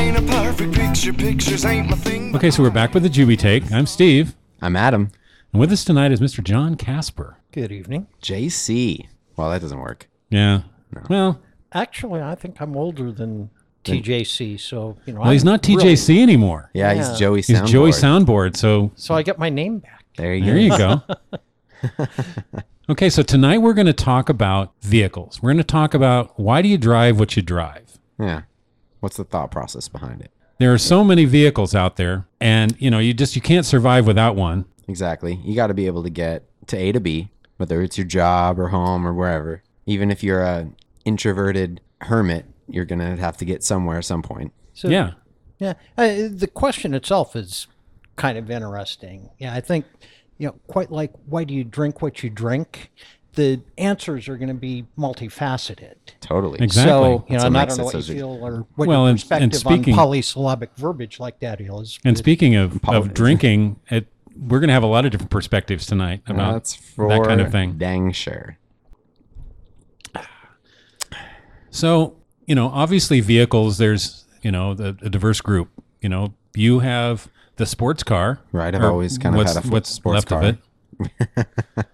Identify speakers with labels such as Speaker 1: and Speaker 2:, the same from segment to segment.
Speaker 1: Perfect picture, pictures ain't my thing.
Speaker 2: Okay, so we're back with the Juby take. I'm Steve,
Speaker 3: I'm Adam.
Speaker 2: and with us tonight is Mr. John Casper.
Speaker 4: Good evening.
Speaker 3: JC. Well, that doesn't work.
Speaker 2: Yeah. Well,
Speaker 4: Actually, I think I'm older than TJC, so you know.
Speaker 2: well, he's
Speaker 4: I'm
Speaker 2: not
Speaker 4: really-
Speaker 2: TJC anymore.
Speaker 3: Yeah,
Speaker 4: Yeah.
Speaker 3: he's Joey
Speaker 2: He's
Speaker 3: Soundboard.
Speaker 2: Joey Soundboard. So
Speaker 4: So I get my name back.
Speaker 3: There you
Speaker 2: there
Speaker 3: go.
Speaker 2: you go. okay, so tonight we're going to talk about vehicles. We're going to talk about why do you drive what you drive.
Speaker 3: Yeah. What's the thought process behind it?
Speaker 2: There are so many vehicles out there, and you know you just you can't survive without one.
Speaker 3: Exactly. You got to be able to get to A to B, whether it's your job or home or wherever. Even if you're a introverted hermit, you're going to have to get somewhere at some point.
Speaker 4: So,
Speaker 2: yeah.
Speaker 4: Yeah. Uh, the question itself is kind of interesting. Yeah, I think, you know, quite like why do you drink what you drink? The answers are going to be multifaceted.
Speaker 3: Totally.
Speaker 2: Exactly.
Speaker 4: So, you
Speaker 3: That's what
Speaker 4: know, and I
Speaker 3: makes it
Speaker 4: don't know what
Speaker 3: so
Speaker 4: you
Speaker 3: sig-
Speaker 4: feel or what
Speaker 2: Well,
Speaker 4: your
Speaker 2: and-
Speaker 4: perspective
Speaker 2: and speaking-
Speaker 4: on polysyllabic verbiage like that is.
Speaker 2: And
Speaker 4: But-
Speaker 2: speaking of, of
Speaker 3: Apologies.
Speaker 2: drinking, it, we're going to have a lot of different perspectives tonight about
Speaker 3: That's for
Speaker 2: that kind of thing.
Speaker 3: dang sure.
Speaker 2: So, you know, obviously vehicles, there's, you know, the, a diverse group. You know, you have the sports car.
Speaker 3: Right, I've
Speaker 2: or
Speaker 3: always kind of
Speaker 2: what's,
Speaker 3: had a f-
Speaker 2: what's
Speaker 3: sports
Speaker 2: left
Speaker 3: car.
Speaker 2: of it.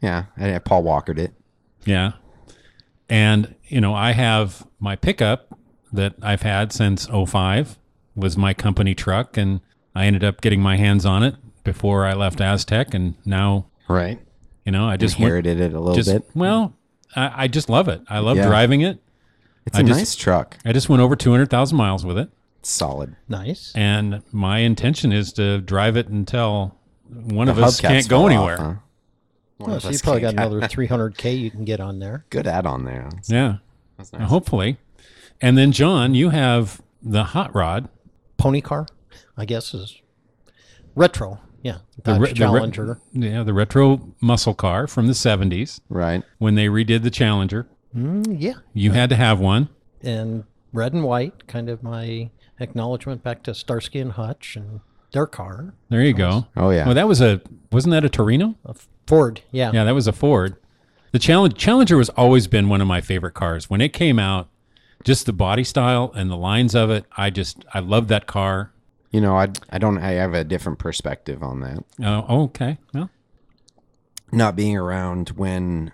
Speaker 3: Yeah. I, Paul Walkered it.
Speaker 2: Yeah. And, you know, I have my pickup that I've had since 05 was my company truck. And I ended up getting my hands on it before I left Aztec. And now,
Speaker 3: Right.
Speaker 2: you know, I just went,
Speaker 3: Inherited it a little
Speaker 2: just,
Speaker 3: bit.
Speaker 2: well, I, I just love it. I love
Speaker 3: Yeah.
Speaker 2: driving it.
Speaker 3: It's a
Speaker 2: I just-
Speaker 3: nice truck.
Speaker 2: I just went over 200,000 miles with it.
Speaker 3: It's solid.
Speaker 4: nice.
Speaker 2: and my intention is to drive it until one of
Speaker 3: The
Speaker 2: us
Speaker 3: hubcaps
Speaker 2: can't
Speaker 3: fell
Speaker 2: go
Speaker 3: off,
Speaker 2: anywhere.
Speaker 3: huh? One of
Speaker 4: Well, Oh, so you
Speaker 3: us
Speaker 4: probably got
Speaker 3: can't-
Speaker 4: another 300K you can get on there.
Speaker 3: good add on there.
Speaker 2: Yeah,
Speaker 3: That's
Speaker 2: Now,
Speaker 3: nice.
Speaker 2: hopefully. And then John, you have the hot rod,
Speaker 4: Pony car, I guess, is retro. Yeah.
Speaker 2: the,
Speaker 4: Dodge
Speaker 2: re- the re-
Speaker 4: Challenger.
Speaker 2: yeah, the retro muscle car from the '70s
Speaker 3: Right.
Speaker 2: when they redid the Challenger. Hmm.
Speaker 4: Mm, yeah.
Speaker 2: You had to have one.
Speaker 4: and red and white, kind of my acknowledgement back to Starsky and Hutch and their car,
Speaker 2: There you go.
Speaker 3: Oh, yeah.
Speaker 2: Well, that was a wasn't that a Torino?
Speaker 4: a Ford. Yeah.
Speaker 2: Yeah, that was a Ford. The Challenge Challenger was always been one of my favorite cars. When it came out, just the body style and the lines of it, I just I loved that car.
Speaker 3: You know, I I don't I have a different perspective on that.
Speaker 2: Oh, okay. Well,
Speaker 3: Not being around when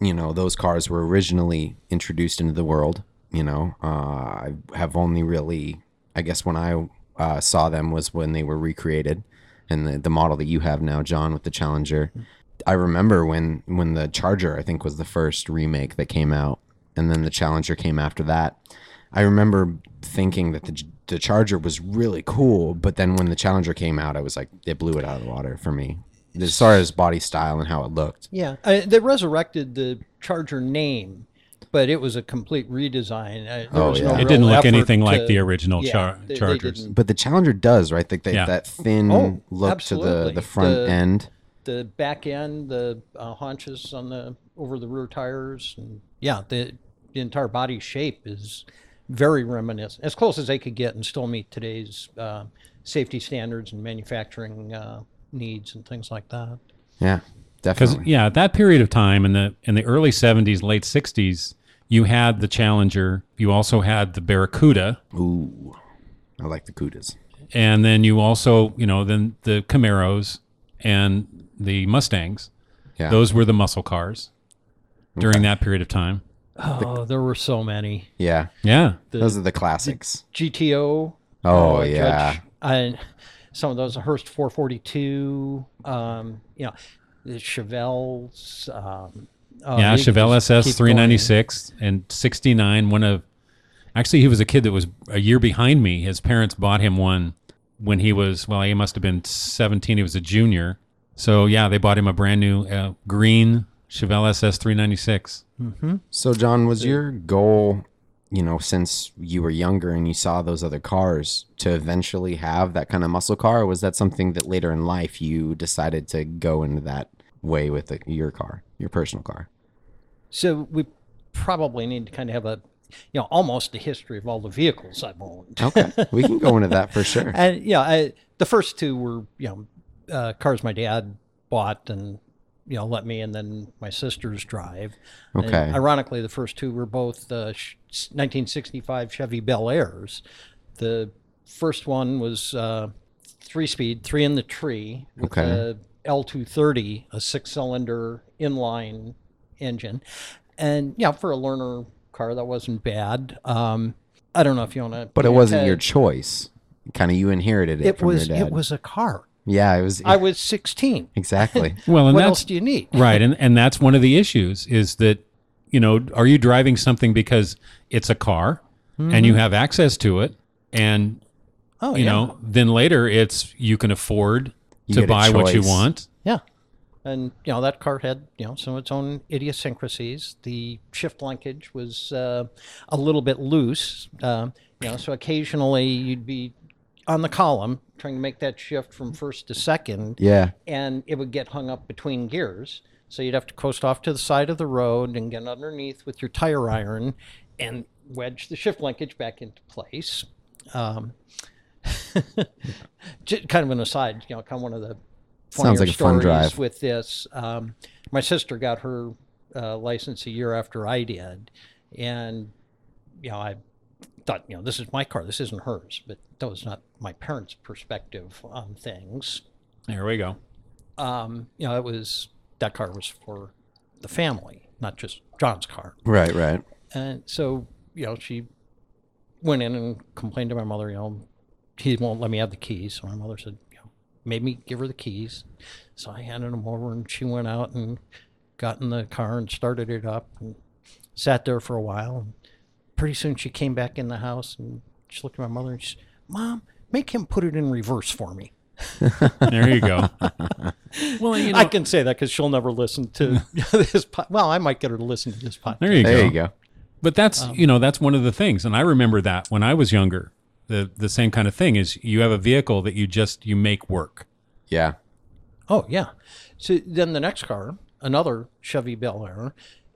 Speaker 3: you know those cars were originally introduced into the world. You know, uh, I have only really, I guess, when I uh, saw them was when they were recreated, and the, the model that you have now, John, with the Challenger. I remember when when the Charger, I think, was the first remake that came out, and then the Challenger came after that. I remember thinking that the the Charger was really cool, but then when the Challenger came out, I was like, it blew it out of the water for me. As far as body style and how it looked,
Speaker 4: Yeah. Uh, they resurrected the Charger name, but it was a complete redesign. Uh, there
Speaker 3: Oh,
Speaker 4: was
Speaker 3: yeah.
Speaker 4: no
Speaker 2: It didn't
Speaker 4: real
Speaker 2: look
Speaker 4: effort
Speaker 2: anything like
Speaker 4: to-
Speaker 2: the original
Speaker 4: yeah,
Speaker 2: char-
Speaker 4: they- they
Speaker 2: Chargers.
Speaker 4: didn't-
Speaker 3: but the Challenger does right. Like they,
Speaker 2: Yeah.
Speaker 3: that thin
Speaker 4: Oh,
Speaker 3: look to the
Speaker 4: absolutely.
Speaker 3: the front
Speaker 4: The-
Speaker 3: end.
Speaker 4: the back end, the uh, haunches on the over the rear tires, and yeah, the, the entire body shape is very reminiscent, as close as they could get, and still meet today's uh, safety standards and manufacturing uh, needs and things like that.
Speaker 3: Yeah,
Speaker 2: Because
Speaker 3: definitely.
Speaker 2: yeah, at that period of time in the in the early '70s, late '60s, you had the Challenger. You also had the Barracuda,
Speaker 3: Ooh, I like the Cudas.
Speaker 2: and then you also, you know, then the Camaros and the Mustangs.
Speaker 3: Yeah,
Speaker 2: Those were the muscle cars during that period of time.
Speaker 4: Oh, there were so many
Speaker 3: yeah.
Speaker 2: Yeah,
Speaker 3: Those are the classics.
Speaker 4: GTO.
Speaker 3: Oh,
Speaker 4: uh,
Speaker 3: yeah.
Speaker 4: Judge, and some of those Hearst 442. Um, you know, the Chevelles. Um, oh,
Speaker 2: yeah,
Speaker 4: you could
Speaker 2: Chevelle
Speaker 4: just
Speaker 2: SS
Speaker 4: keep going.
Speaker 2: 396 and 69. One of actually, he was a kid that was a year behind me. His parents bought him one when he was well, he must have been 17. He was a junior, so yeah, they bought him a brand new uh, green Chevelle SS 396.
Speaker 3: So, John, was your goal, you know, since you were younger and you saw those other cars, to eventually have that kind of muscle car? Or was that something that later in life you decided to go into that way with the, your car, your personal car?
Speaker 4: So we probably need to kind of have a, you know, almost a history of all the vehicles I've owned.
Speaker 3: Okay, we can go into that for sure.
Speaker 4: And yeah, I, the first two were you know uh, cars my dad bought and you know let me and then my sisters drive. And
Speaker 3: Okay.
Speaker 4: ironically, the first two were both uh, sh- 1965 Chevy Bel Airs. The First one was uh, three speed, three in the tree. With
Speaker 3: Okay.
Speaker 4: The L230, a six cylinder inline engine. And yeah, for a learner car, that wasn't bad. Um, I don't know if you want to.
Speaker 3: But it wasn't your choice. Kind of you inherited it,
Speaker 4: It
Speaker 3: from
Speaker 4: was,
Speaker 3: your dad.
Speaker 4: it was a car.
Speaker 3: yeah, it was
Speaker 4: I was 16.
Speaker 3: exactly.
Speaker 2: Well, and
Speaker 4: what
Speaker 2: that's
Speaker 4: else do you need?
Speaker 2: right, and and that's one of the issues is that you know are you driving something because it's a car and you have access to it, and
Speaker 4: Mm-hmm. Oh,
Speaker 2: you
Speaker 4: yeah.
Speaker 2: know then later it's you can afford
Speaker 3: You
Speaker 2: to
Speaker 3: get a
Speaker 2: buy what you
Speaker 3: choice.
Speaker 2: want.
Speaker 4: Yeah. And you know that car had you know some of its own idiosyncrasies. The shift linkage was uh, a little bit loose, uh, you know. So occasionally you'd be on the column trying to make that shift from first to second,
Speaker 3: Yeah.
Speaker 4: and it would get hung up between gears. So you'd have to coast off to the side of the road and get underneath with your tire iron and wedge the shift linkage back into place. Um, ju- kind of an aside, you know, kind of one of the funnier
Speaker 3: Sounds like a fun
Speaker 4: stories
Speaker 3: drive.
Speaker 4: with this. Um, my sister got her uh, license a year after I did, and you know, I thought, you know, this is my car, this isn't hers, but that was not my parents' perspective on things
Speaker 2: There we go.
Speaker 4: um, you know, it was that car was for the family, not just John's car.
Speaker 3: Right, right.
Speaker 4: And so, you know, she went in and complained to my mother, you know, he won't let me have the keys. So my mother said, you know, made me give her the keys. So I handed them over and she went out and got in the car and started it up and sat there for a while. And pretty soon she came back in the house and she looked at my mother and she said, Mom, make him put it in reverse for me.
Speaker 2: There you go. well, you know,
Speaker 4: I can say that because she'll never listen to this. Po- well, I might get her to listen to this podcast.
Speaker 2: there you
Speaker 3: There
Speaker 2: go.
Speaker 3: you go.
Speaker 2: But that's you know that's one of the things, and I remember that when I was younger, the the same kind of thing is you have a vehicle that you just you make work.
Speaker 3: Yeah.
Speaker 4: Oh yeah. So then the next car, another Chevy Bel Air,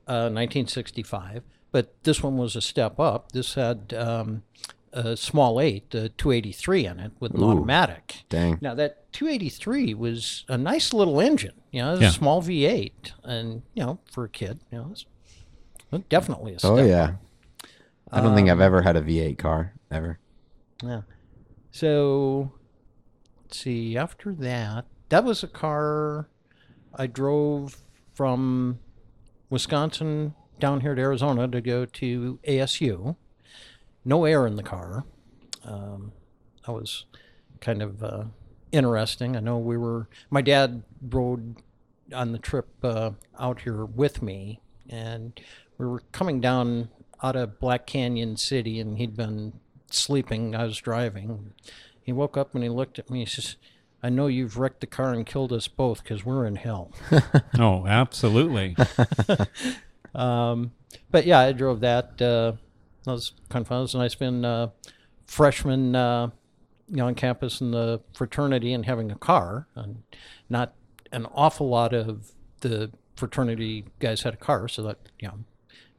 Speaker 4: uh, 1965, but this one was a step up. This had um, a small eight, a 283 in it with an automatic.
Speaker 3: Dang.
Speaker 4: Now that 283 was a nice little engine. You know, it was
Speaker 2: Yeah.
Speaker 4: a small V8, and you know, for a kid, you know, it's definitely a step.
Speaker 3: Oh
Speaker 4: up.
Speaker 3: yeah. I don't think I've
Speaker 4: Um,
Speaker 3: ever had a V8 car ever.
Speaker 4: Yeah. So, let's see. After that, that was a car I drove from Wisconsin down here to Arizona to go to ASU. No air in the car. Um, that was kind of uh, interesting. I know we were, my dad rode on the trip uh, out here with me, and we were coming down out of Black Canyon City, and he'd been sleeping. I was driving. He woke up and he looked at me. He says, "I know you've wrecked the car and killed us both because we're in hell."
Speaker 2: Oh, absolutely.
Speaker 4: um, but yeah, I drove that. Uh, that was kind of fun. It was nice being uh, freshman uh, you know, on campus in the fraternity and having a car, and not an awful lot of the fraternity guys had a car, so that you know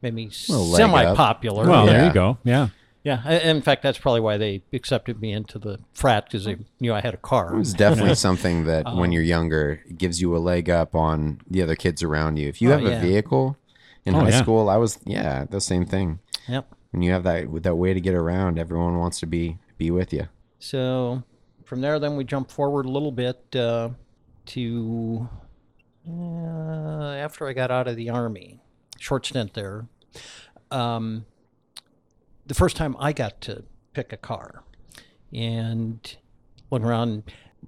Speaker 4: made me
Speaker 3: Little leg up.
Speaker 4: semi-popular.
Speaker 2: Well, there
Speaker 3: Yeah.
Speaker 2: you go. Yeah.
Speaker 4: yeah. I- In fact, that's probably why they accepted me into the frat because they knew I had a car.
Speaker 3: It's definitely something that
Speaker 4: Uh-huh.
Speaker 3: when you're younger it gives you a leg up on the other kids around you. If you
Speaker 4: Oh,
Speaker 3: have a
Speaker 4: yeah.
Speaker 3: vehicle in
Speaker 2: Oh,
Speaker 3: high
Speaker 2: yeah.
Speaker 3: school, I was yeah, the same thing.
Speaker 4: Yep.
Speaker 3: When you have that with that way to get around, everyone wants to be be with you.
Speaker 4: So from there, then we jump forward a little bit uh, to uh, after I got out of the army, short stint there. Um, the first time I got to pick a car, and looking around,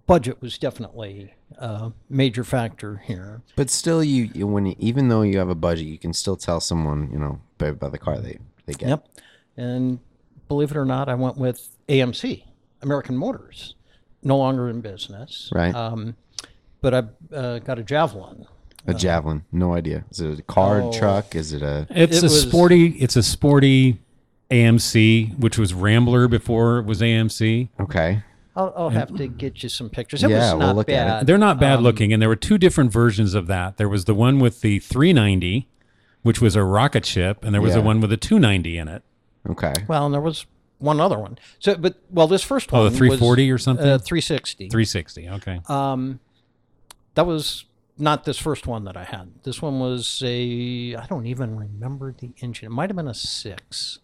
Speaker 4: budget was definitely a major factor here.
Speaker 3: But still, you you- when you- even though you have a budget, you can still tell someone you know by, by the car they they get.
Speaker 4: Yep. And believe it or not, I went with AMC, American Motors, no longer in business.
Speaker 3: Right.
Speaker 4: Um, but I uh, got a Javelin.
Speaker 3: A javelin, no idea. Is it a car
Speaker 4: Uh-huh. Oh.
Speaker 3: truck? Is it a
Speaker 2: It's
Speaker 4: It
Speaker 2: a
Speaker 4: was-
Speaker 2: sporty. It's a sporty AMC, which was Rambler before it was AMC.
Speaker 3: okay?
Speaker 4: I'll, I'll have to get you some pictures. It
Speaker 3: Yeah,
Speaker 4: was
Speaker 3: we'll
Speaker 4: not
Speaker 3: look at it.
Speaker 4: bad.
Speaker 2: They're not bad looking, and there were two different versions of that. There was the one with the 390, which was a rocket ship, and there was
Speaker 3: Yeah.
Speaker 2: the one with a 290 in it.
Speaker 3: Okay,
Speaker 4: Well, and there was one other one. So, but well, this first one
Speaker 2: Oh, the
Speaker 4: was,
Speaker 2: 340 or something.
Speaker 4: uh, 360.
Speaker 2: 360. Okay.
Speaker 4: Um, that was not this first one that I had. This one was a I don't even remember the engine. It might have been a six,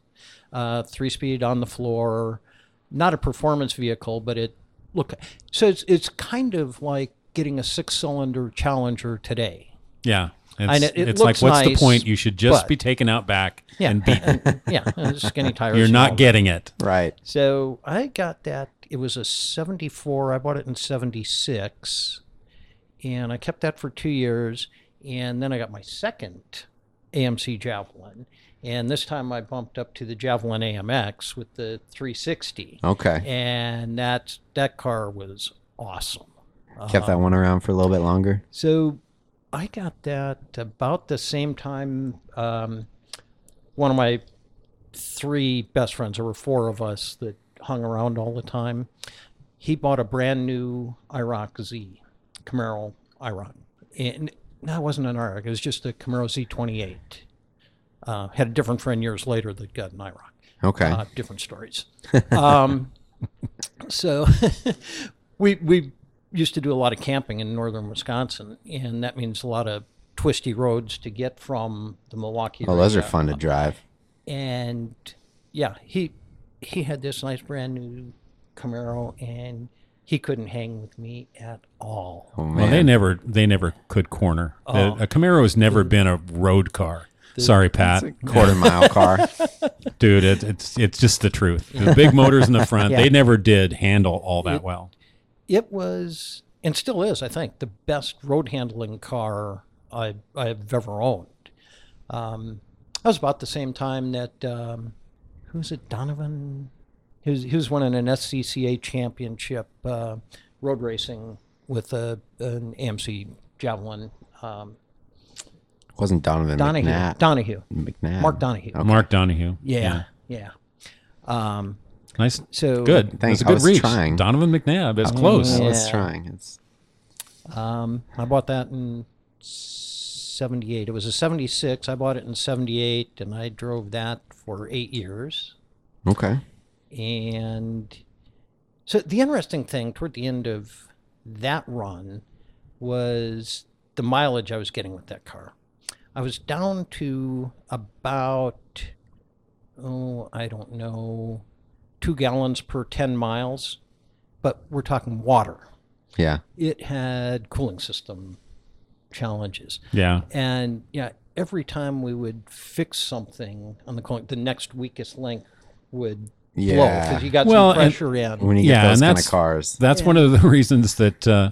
Speaker 4: uh, three speed on the floor, not a performance vehicle, but it look so it's it's kind of like getting a six cylinder Challenger today.
Speaker 2: Yeah. It's,
Speaker 4: know, it
Speaker 2: it's like,
Speaker 4: looks
Speaker 2: what's the
Speaker 4: nice,
Speaker 2: point? You should just
Speaker 4: but-
Speaker 2: be taken out back
Speaker 4: Yeah.
Speaker 2: and beaten.
Speaker 4: Yeah, uh, skinny tires.
Speaker 2: You're
Speaker 4: and all
Speaker 2: not
Speaker 4: that.
Speaker 2: getting it.
Speaker 3: Right.
Speaker 4: So I got that. It was a 74. I bought it in 76. And I kept that for two years. And then I got my second AMC Javelin. And this time I bumped up to the Javelin AMX with the 360.
Speaker 3: Okay.
Speaker 4: And that, that car was awesome.
Speaker 3: Kept
Speaker 4: Uh-huh.
Speaker 3: that one around for a little bit longer.
Speaker 4: So I got that about the same time. Um, one of my three best friends, there were four of us that hung around all the time. He bought a brand new IROC Z, Camaro IROC. And that wasn't an IROC, it was just a Camaro Z28. Uh, had a different friend years later that got an IROC
Speaker 3: Okay.
Speaker 4: uh, different stories. Um, so we we used to do a lot of camping in northern Wisconsin, and that means a lot of twisty roads to get from the Milwaukee.
Speaker 3: oh, those are
Speaker 4: area.
Speaker 3: fun to drive.
Speaker 4: And yeah, he he had this nice brand new Camaro, and he couldn't hang with me at all.
Speaker 3: Oh man.
Speaker 2: Well, they never they never could corner. The-
Speaker 4: Oh.
Speaker 2: a Camaro has never been a road car. Sorry, Pat.
Speaker 3: Quarter mile car.
Speaker 2: Dude, it, it's it's just the truth. The big motors in the front,
Speaker 4: Yeah.
Speaker 2: they never did handle all that
Speaker 4: It-
Speaker 2: well.
Speaker 4: it was and still is, I think, the best road handling car I I have ever owned. Um, that was about the same time that um, who was it? Donovan. He was, he was winning an SCCA championship uh, road racing with a an AMC Javelin. Um,
Speaker 3: Wasn't Donovan
Speaker 4: Donahue.
Speaker 3: McNabb.
Speaker 4: Donahue.
Speaker 3: McNabb.
Speaker 4: Mark Donahue.
Speaker 2: Mark Donahue.
Speaker 4: Yeah. Yeah. Um,
Speaker 2: Nice.
Speaker 4: so
Speaker 2: Good.
Speaker 3: Thanks.
Speaker 2: That's a
Speaker 3: I
Speaker 2: good
Speaker 3: was
Speaker 2: reach.
Speaker 3: trying.
Speaker 2: Donovan McNabb. It's close.
Speaker 3: I was
Speaker 4: Oh, Yeah.
Speaker 3: Oh, trying. It's
Speaker 4: Um, I bought that in 78. It was a 76. I bought it in 78 and I drove that for eight years.
Speaker 3: okay.
Speaker 4: And so the interesting thing toward the end of that run was the mileage I was getting with that car. I was down to about, oh, I don't know, two gallons per 10 miles, but we're talking water
Speaker 3: Yeah.
Speaker 4: it had cooling system challenges.
Speaker 2: Yeah.
Speaker 4: And yeah, every time we would fix something on the cooling, the next weakest link would blow
Speaker 3: Yeah.
Speaker 4: because you got
Speaker 2: Well,
Speaker 4: some
Speaker 2: and-
Speaker 4: pressure in.
Speaker 3: When you get
Speaker 2: Yeah, and
Speaker 3: those kind of
Speaker 2: that's-
Speaker 3: cars.
Speaker 2: That's one of the reasons that uh,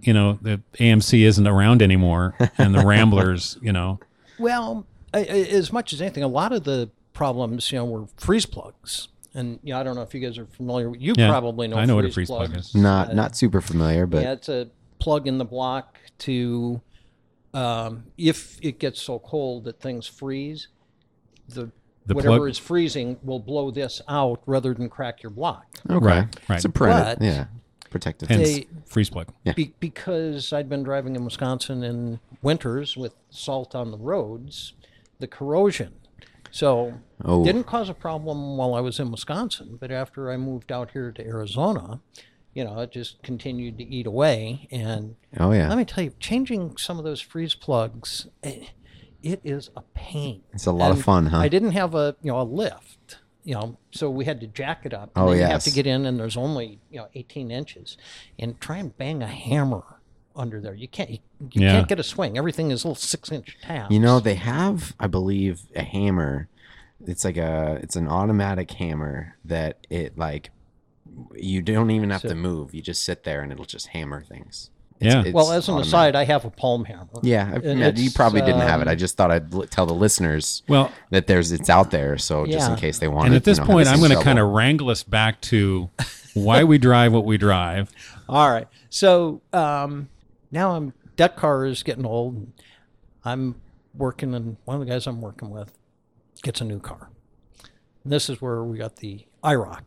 Speaker 2: you know the AMC isn't around anymore, and the Ramblers, you know,
Speaker 4: Well, I, I, as much as anything, a lot of the problems, you know, were freeze plugs. And you know, I don't know if you guys are familiar. You
Speaker 2: Yeah,
Speaker 4: probably know.
Speaker 2: I know what a freeze plug is.
Speaker 3: not not super familiar, but
Speaker 4: yeah, it's a plug in the block to um, if it gets so cold that things freeze, the,
Speaker 2: The
Speaker 4: whatever
Speaker 2: plug-
Speaker 4: is freezing will blow this out rather than crack your block.
Speaker 3: okay.
Speaker 2: Right, right.
Speaker 3: It's a print.
Speaker 4: But-
Speaker 3: yeah. Protective.
Speaker 2: and
Speaker 3: things.
Speaker 4: They-
Speaker 2: freeze plug.
Speaker 4: Be- because I'd been driving in Wisconsin in winters with salt on the roads, the corrosion. So
Speaker 3: Oh.
Speaker 4: didn't cause a problem while I was in Wisconsin, but after I moved out here to Arizona, you know, it just continued to eat away and
Speaker 3: oh yeah.
Speaker 4: Let me tell you, changing some of those freeze plugs, eh, it is a pain.
Speaker 3: It's a lot of fun, huh?
Speaker 4: I didn't have a you know a lift, you know, so we had to jack it up. and
Speaker 3: Oh,
Speaker 4: then You have to
Speaker 3: yes.
Speaker 4: get in, and there's only you know 18 inches, and try and bang a hammer under there. You can't. You, you
Speaker 2: Yeah.
Speaker 4: can't get a swing. Everything is little six inch tabs.
Speaker 3: You know, they have, I believe, a hammer. It's like a it's an automatic hammer that it like you don't even have to move. You just sit there and it'll just hammer things. It's-
Speaker 2: Yeah.
Speaker 3: it's
Speaker 4: well, as an
Speaker 3: automatic.
Speaker 4: aside, I have a palm hammer.
Speaker 3: Yeah, I-
Speaker 4: and
Speaker 3: yeah, you
Speaker 4: it's,
Speaker 3: probably didn't have it.
Speaker 4: um,
Speaker 3: I just thought I'd l- tell the listeners
Speaker 2: Well,
Speaker 3: that there's it's out there, so just in
Speaker 4: Yeah.
Speaker 3: case they want
Speaker 2: and
Speaker 3: it.
Speaker 2: at this
Speaker 3: you know, have
Speaker 2: point,
Speaker 3: us
Speaker 2: I'm
Speaker 3: in
Speaker 2: going to
Speaker 3: trouble.
Speaker 2: kind of wrangle us back to why we drive what we drive.
Speaker 4: All right. So um, now I'm that car is getting old. And I'm working, and one of the guys I'm working with gets a new car. And this is where we got the IROC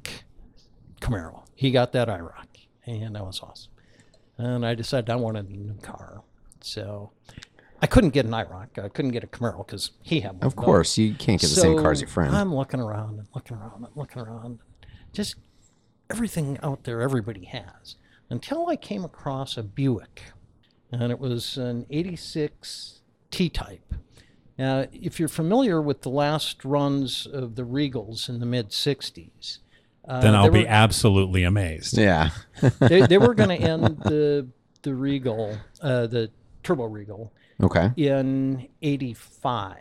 Speaker 4: Camaro. He got that IROC, and that was awesome. And I decided I wanted a new car, so I couldn't get an IROC. I couldn't get a Camaro because he had one.
Speaker 3: Of
Speaker 4: but-
Speaker 3: course, you can't get the same car as your friend.
Speaker 4: I'm looking around and looking around and looking around. Just everything out there everybody has. Until I came across a Buick. And it was an 86 T type. Now, if you're familiar with the last runs of the Regals in the mid 60s, Uh,
Speaker 2: then I'll
Speaker 4: they
Speaker 2: be
Speaker 4: were-
Speaker 2: absolutely amazed.
Speaker 3: Yeah.
Speaker 4: they, they were going to end the the Regal, uh, the Turbo Regal,
Speaker 3: Okay.
Speaker 4: in 85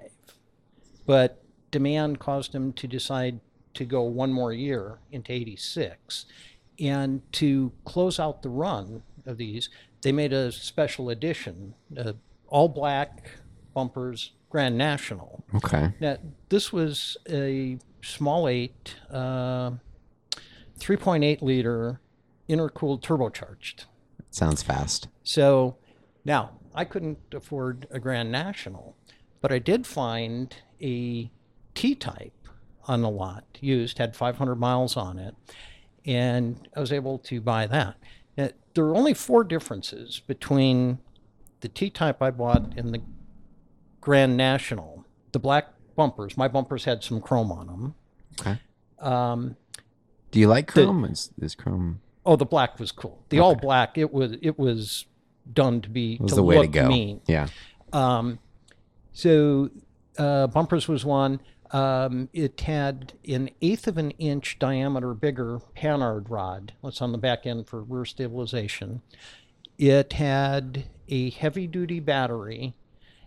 Speaker 4: but demand caused him to decide to go one more year into 86 and to close out the run of these they made a special edition uh, all black bumpers grand national
Speaker 3: Okay.
Speaker 4: now this was a small eight uh, 3.8 liter intercooled turbocharged
Speaker 3: Sounds fast.
Speaker 4: so now I couldn't afford a Grand National, but I did find a T type on the lot used, had 500 miles on it, and I was able to buy that. Now, there are only four differences between the T type I bought and the Grand National. The black bumpers, my bumpers had some chrome on them.
Speaker 3: Okay.
Speaker 4: Um,
Speaker 3: Do you like Chrome? Is, is Chrome?
Speaker 4: oh, the black was cool. The all black, it was it was done to be
Speaker 3: Was
Speaker 4: to
Speaker 3: the way to
Speaker 4: look
Speaker 3: go?
Speaker 4: mean.
Speaker 3: Yeah.
Speaker 4: Um, so uh, bumpers was one. Um, it had an eighth of an inch diameter bigger Panhard rod. That's on the back end for rear stabilization. It had a heavy duty battery,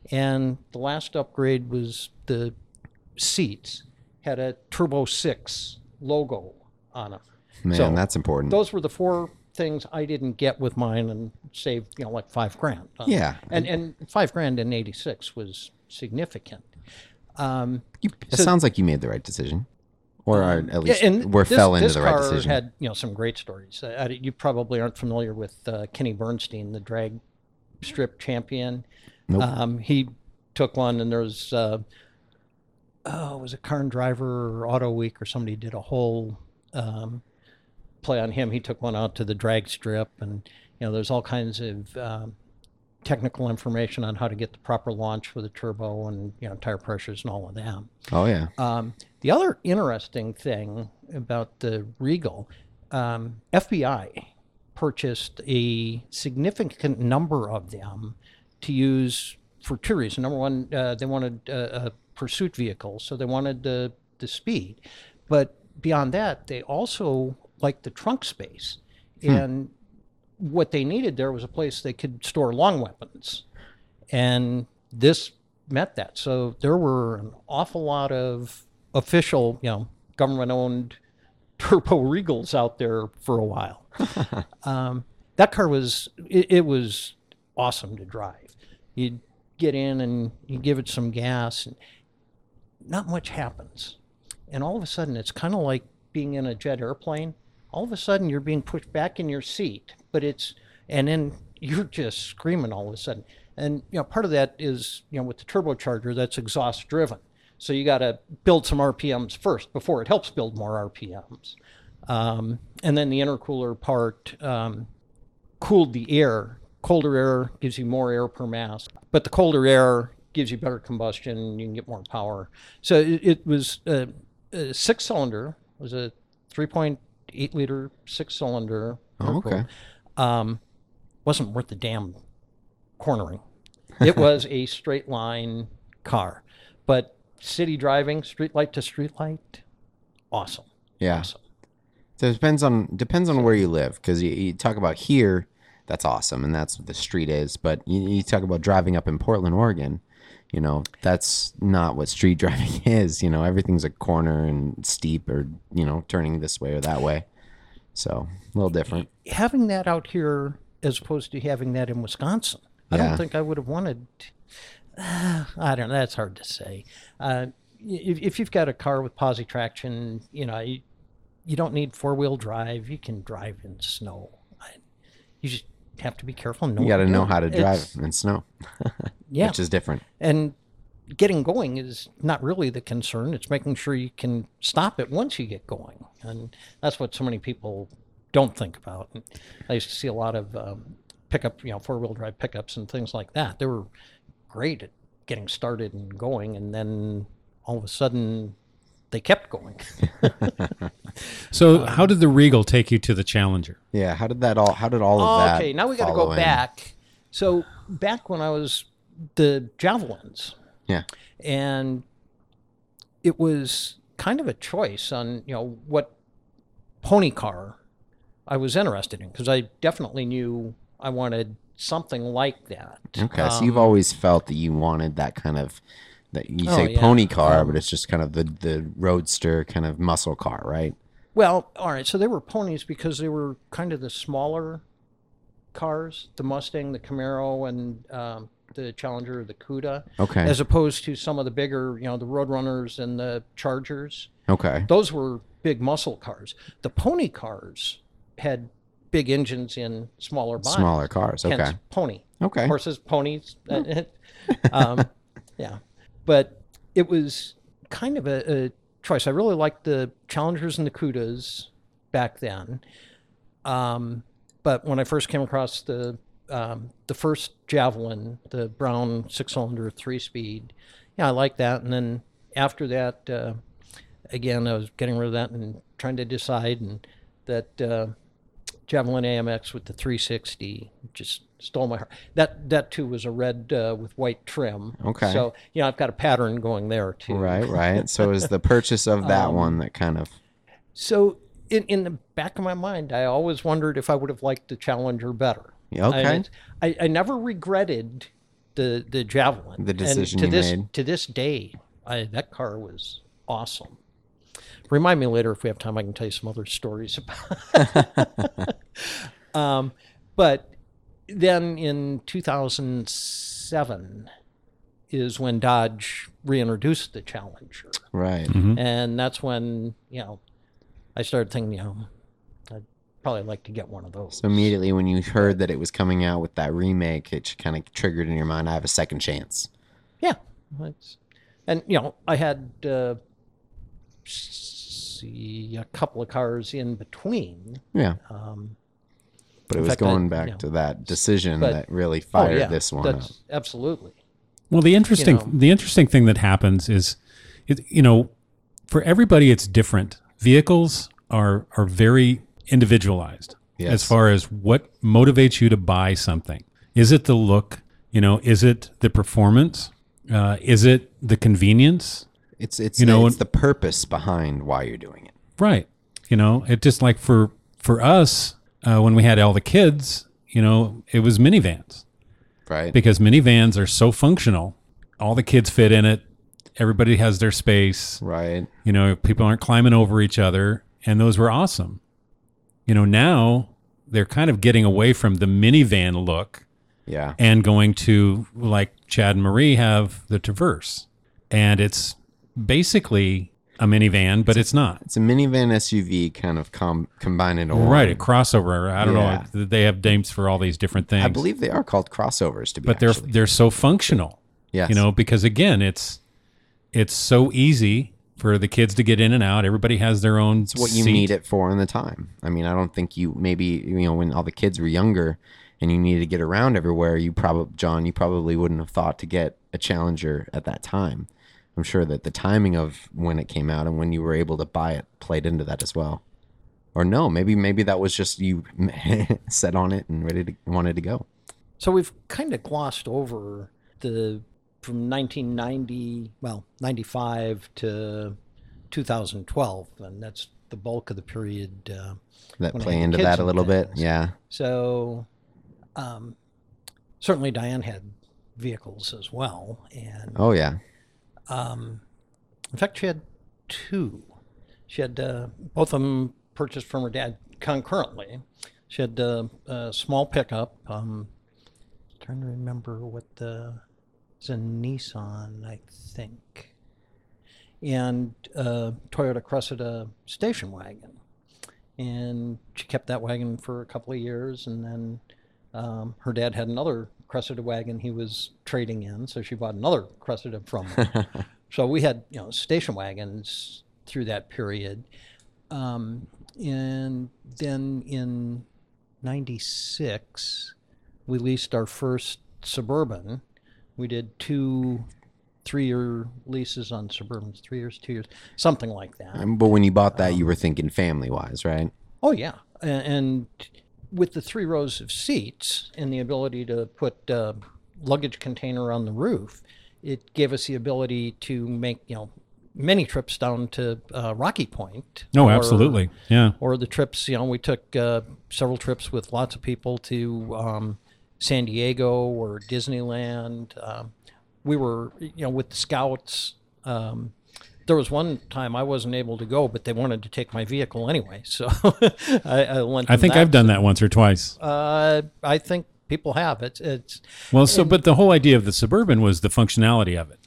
Speaker 4: and the last upgrade was the seats had a Turbo Six logo on them.
Speaker 3: Man,
Speaker 4: So,
Speaker 3: that's important.
Speaker 4: Those were the four things I didn't get with mine, and saved you know like five grand. on it
Speaker 3: yeah.
Speaker 4: and and five grand in '86 was significant. Um,
Speaker 3: You, it
Speaker 4: so- Um,
Speaker 3: sounds like you made the right decision, or are, at least
Speaker 4: yeah, and
Speaker 3: we're
Speaker 4: this-
Speaker 3: fell into
Speaker 4: this
Speaker 3: the right
Speaker 4: car
Speaker 3: decision.
Speaker 4: Had you know some great stories. Uh, I- you probably aren't familiar with uh, Kenny Bernstein, the drag strip champion.
Speaker 3: Nope.
Speaker 4: Um, he took one, and there was uh, oh, it was a car and driver or Auto Week or somebody did a whole um, play on him. He took one out to the drag strip, and you know there's all kinds of um, technical information on how to get the proper launch with a turbo and you know tire pressures and all of that.
Speaker 3: oh yeah.
Speaker 4: Um, the other interesting thing about the Regal, um, FBI purchased a significant number of them to use for two reasons. Number one, uh, they wanted uh, a pursuit vehicle, so they wanted the, the speed. But beyond that, they also liked the trunk space. And what they needed there was a place they could store long weapons and this met that. So there were an awful lot of official, you know, government-owned turbo regals out there for a while. um, that car was it, it was awesome to drive. You get in and you give it some gas, and not much happens. And all of a sudden, it's kind of like being in a jet airplane. All of a sudden, you're being pushed back in your seat, but it's, and then you're just screaming all of a sudden. And, you know, part of that is, you know, with the turbocharger, that's exhaust driven. So you got to build some RPMs first before it helps build more RPMs. Um, and then the intercooler part, um, cooled the air. Colder air gives you more air per mass, but the colder air gives you better combustion. You can get more power. So it, it was a, a six cylinder, was a 3.8 liter six cylinder.
Speaker 3: Oh, okay.
Speaker 4: Um, wasn't worth the damn cornering. It was a straight line car, but city driving, street light to street light, awesome.
Speaker 3: Yeah.
Speaker 4: Awesome.
Speaker 3: So it depends on depends on where you live, because you, you talk about here, that's awesome, and that's what the street is. But you, you talk about driving up in Portland, Oregon, you know, that's not what street driving is. You know, everything's a corner and steep, or you know, turning this way or that way. So a little different.
Speaker 4: having that out here as opposed to having that in Wisconsin. I
Speaker 3: Yeah.
Speaker 4: don't think I would have wanted. I don't know. That's hard to say. Uh, y- if, if you've got a car with posi traction, you know, you, you don't need four wheel drive. You can drive in snow. I, you just have to be careful. and
Speaker 3: You got to
Speaker 4: what
Speaker 3: know
Speaker 4: you're
Speaker 3: how to
Speaker 4: doing.
Speaker 3: drive
Speaker 4: Oh, It's-
Speaker 3: in snow,
Speaker 4: Yeah.
Speaker 3: which is different.
Speaker 4: and getting going is not really the concern. It's making sure you can stop it once you get going, and that's what so many people don't think about. And I used to see a lot of um, pickup, you know, four wheel drive pickups and things like that. They were great at getting started and going, and then all of a sudden they kept going.
Speaker 2: So, how did the Regal take you to the Challenger?
Speaker 3: Yeah. How did that all? How did all of that?
Speaker 4: Oh, okay, now we got to
Speaker 3: follow
Speaker 4: go
Speaker 3: in?
Speaker 4: back. So back when I was the javelins,
Speaker 3: Yeah.
Speaker 4: and it was kind of a choice on you know what pony car I was interested in because I definitely knew I wanted something like that. Um,
Speaker 3: Okay, so you've always felt that you wanted that kind of that you
Speaker 4: Oh,
Speaker 3: say
Speaker 4: yeah.
Speaker 3: pony car, but it's just kind of the the roadster kind of muscle car, right?
Speaker 4: Well, all right. So they were ponies because they were kind of the smaller cars, the Mustang, the Camaro, and um, the Challenger, the Cuda,
Speaker 3: Okay.
Speaker 4: as opposed to some of the bigger, you know, the Roadrunners and the Chargers.
Speaker 3: okay.
Speaker 4: Those were big muscle cars. The pony cars had big engines in smaller bodies.
Speaker 3: Smaller cars. Okay.
Speaker 4: Hence, pony
Speaker 3: Okay.
Speaker 4: horses, ponies. um, yeah, but it was kind of a, a choice. I really liked the Challengers and the Cudas back then, um, but when I first came across the um, the first Javelin, the brown six-cylinder three-speed, yeah, I liked that. And then after that, uh, again, I was getting rid of that and trying to decide, and that. Uh, Javelin AMX with the 360 just stole my heart. That that too was a red uh, with white trim.
Speaker 3: Okay.
Speaker 4: So you know I've got a pattern going there too.
Speaker 3: Right, right. So it was the purchase of that
Speaker 4: Um,
Speaker 3: one that kind of
Speaker 4: So in in the back of my mind, I always wondered if I would have liked the Challenger better.
Speaker 3: Yeah, okay.
Speaker 4: I, mean, I, I never regretted the the Javelin.
Speaker 3: The
Speaker 4: And
Speaker 3: decision
Speaker 4: to
Speaker 3: you
Speaker 4: this
Speaker 3: made.
Speaker 4: to this day, I, that car was awesome. Remind me later if we have time. I can tell you some other stories about. Um, but then in 2007 is when Dodge reintroduced the Challenger.
Speaker 3: right.
Speaker 4: And that's when, you know, I started thinking, you know, I'd probably like to get one of those.
Speaker 3: So immediately when you heard that it was coming out with that remake, it kind of triggered in your mind, I have a second chance.
Speaker 4: Yeah. That's, and, you know, I had uh, s- see, a couple of cars in between.
Speaker 3: Yeah.
Speaker 4: Um,
Speaker 3: But it
Speaker 4: in
Speaker 3: was
Speaker 4: fact, I-
Speaker 3: going back
Speaker 4: yeah.
Speaker 3: to that decision
Speaker 4: But-
Speaker 3: that really
Speaker 4: oh,
Speaker 3: fired
Speaker 4: yeah,
Speaker 3: this one up.
Speaker 4: That's, absolutely.
Speaker 2: Well, the interesting
Speaker 4: know.
Speaker 2: the interesting thing that happens is, it, you know, for everybody it's different. Vehicles are are very individualized as
Speaker 3: Yes.
Speaker 2: far as what motivates you to buy something. Is it the look? You know, is it the performance? Uh, is it the convenience?
Speaker 3: It's it's
Speaker 2: You
Speaker 3: you
Speaker 2: know,
Speaker 3: know, it's
Speaker 2: and-
Speaker 3: the purpose behind why you're doing it.
Speaker 2: Right. You know, it just like for for us uh, when we had all the kids, you know, it was minivans.
Speaker 3: Right.
Speaker 2: because minivans are so functional. All the kids fit in it. Everybody has their space.
Speaker 3: right.
Speaker 2: You know, people aren't climbing over each other, and those were awesome. You know, now they're kind of getting away from the minivan look
Speaker 3: Yeah.
Speaker 2: and going to like Chad and Marie have the Traverse, and it's basically a minivan, but it's not.
Speaker 3: It's a minivan SUV kind of com- combined into one.
Speaker 2: Right, a crossover. I don't
Speaker 3: Yeah.
Speaker 2: know. They have names for all these different things.
Speaker 3: I believe they are called crossovers to be
Speaker 2: but they're
Speaker 3: actually.
Speaker 2: they're so functional.
Speaker 3: Yes.
Speaker 2: you know because again it's it's so easy for the kids to get in and out everybody has their own
Speaker 3: it's what you
Speaker 2: seat.
Speaker 3: need it for in the time. I mean, I don't think you maybe you know when all the kids were younger and you needed to get around everywhere. You probably John, you probably wouldn't have thought to get a Challenger at that time. I'm sure that the timing of when it came out and when you were able to buy it played into that as well. Or no, maybe maybe that was just you set on it and ready to wanted to go.
Speaker 4: So we've kind of glossed over the from 1990, well, 95 to 2012, and that's the bulk of the period. Uh,
Speaker 3: That
Speaker 4: When I
Speaker 3: play
Speaker 4: had
Speaker 3: into
Speaker 4: kids
Speaker 3: that a
Speaker 4: and
Speaker 3: little bit.
Speaker 4: things.
Speaker 3: Yeah.
Speaker 4: so um, certainly Diane had vehicles as well, and
Speaker 3: Oh yeah.
Speaker 4: um, in fact, she had two. She had uh, both of them purchased from her dad concurrently. She had uh, a small pickup. Um, trying to remember what the it's a Nissan, I think, and a Toyota Cressida station wagon. And she kept that wagon for a couple of years, and then um, her dad had another Cressida wagon he was trading in, so she bought another Cressida from him. So we had, you know, station wagons through that period. Um, and then in 96, we leased our first Suburban. We did two three year leases on Suburbans, three years, two years, something like that.
Speaker 3: Um, But when you bought that, you were thinking family wise, right?
Speaker 4: Oh yeah, A- and with the three rows of seats and the ability to put uh, luggage container on the roof, it gave us the ability to make you know many trips down to uh, Rocky Point.
Speaker 2: No,
Speaker 4: or-
Speaker 2: absolutely. Yeah.
Speaker 4: Or the trips, you know, we took uh, several trips with lots of people to um, San Diego or Disneyland. Um, we were, you know, with the scouts. Um, there was one time I wasn't able to go, but they wanted to take my vehicle anyway, so I, I lent.
Speaker 2: I
Speaker 4: them
Speaker 2: think
Speaker 4: that.
Speaker 2: I've done that once or twice.
Speaker 4: Uh, I think people have it's it's
Speaker 2: Well, so but the whole idea of the suburban was the functionality of it.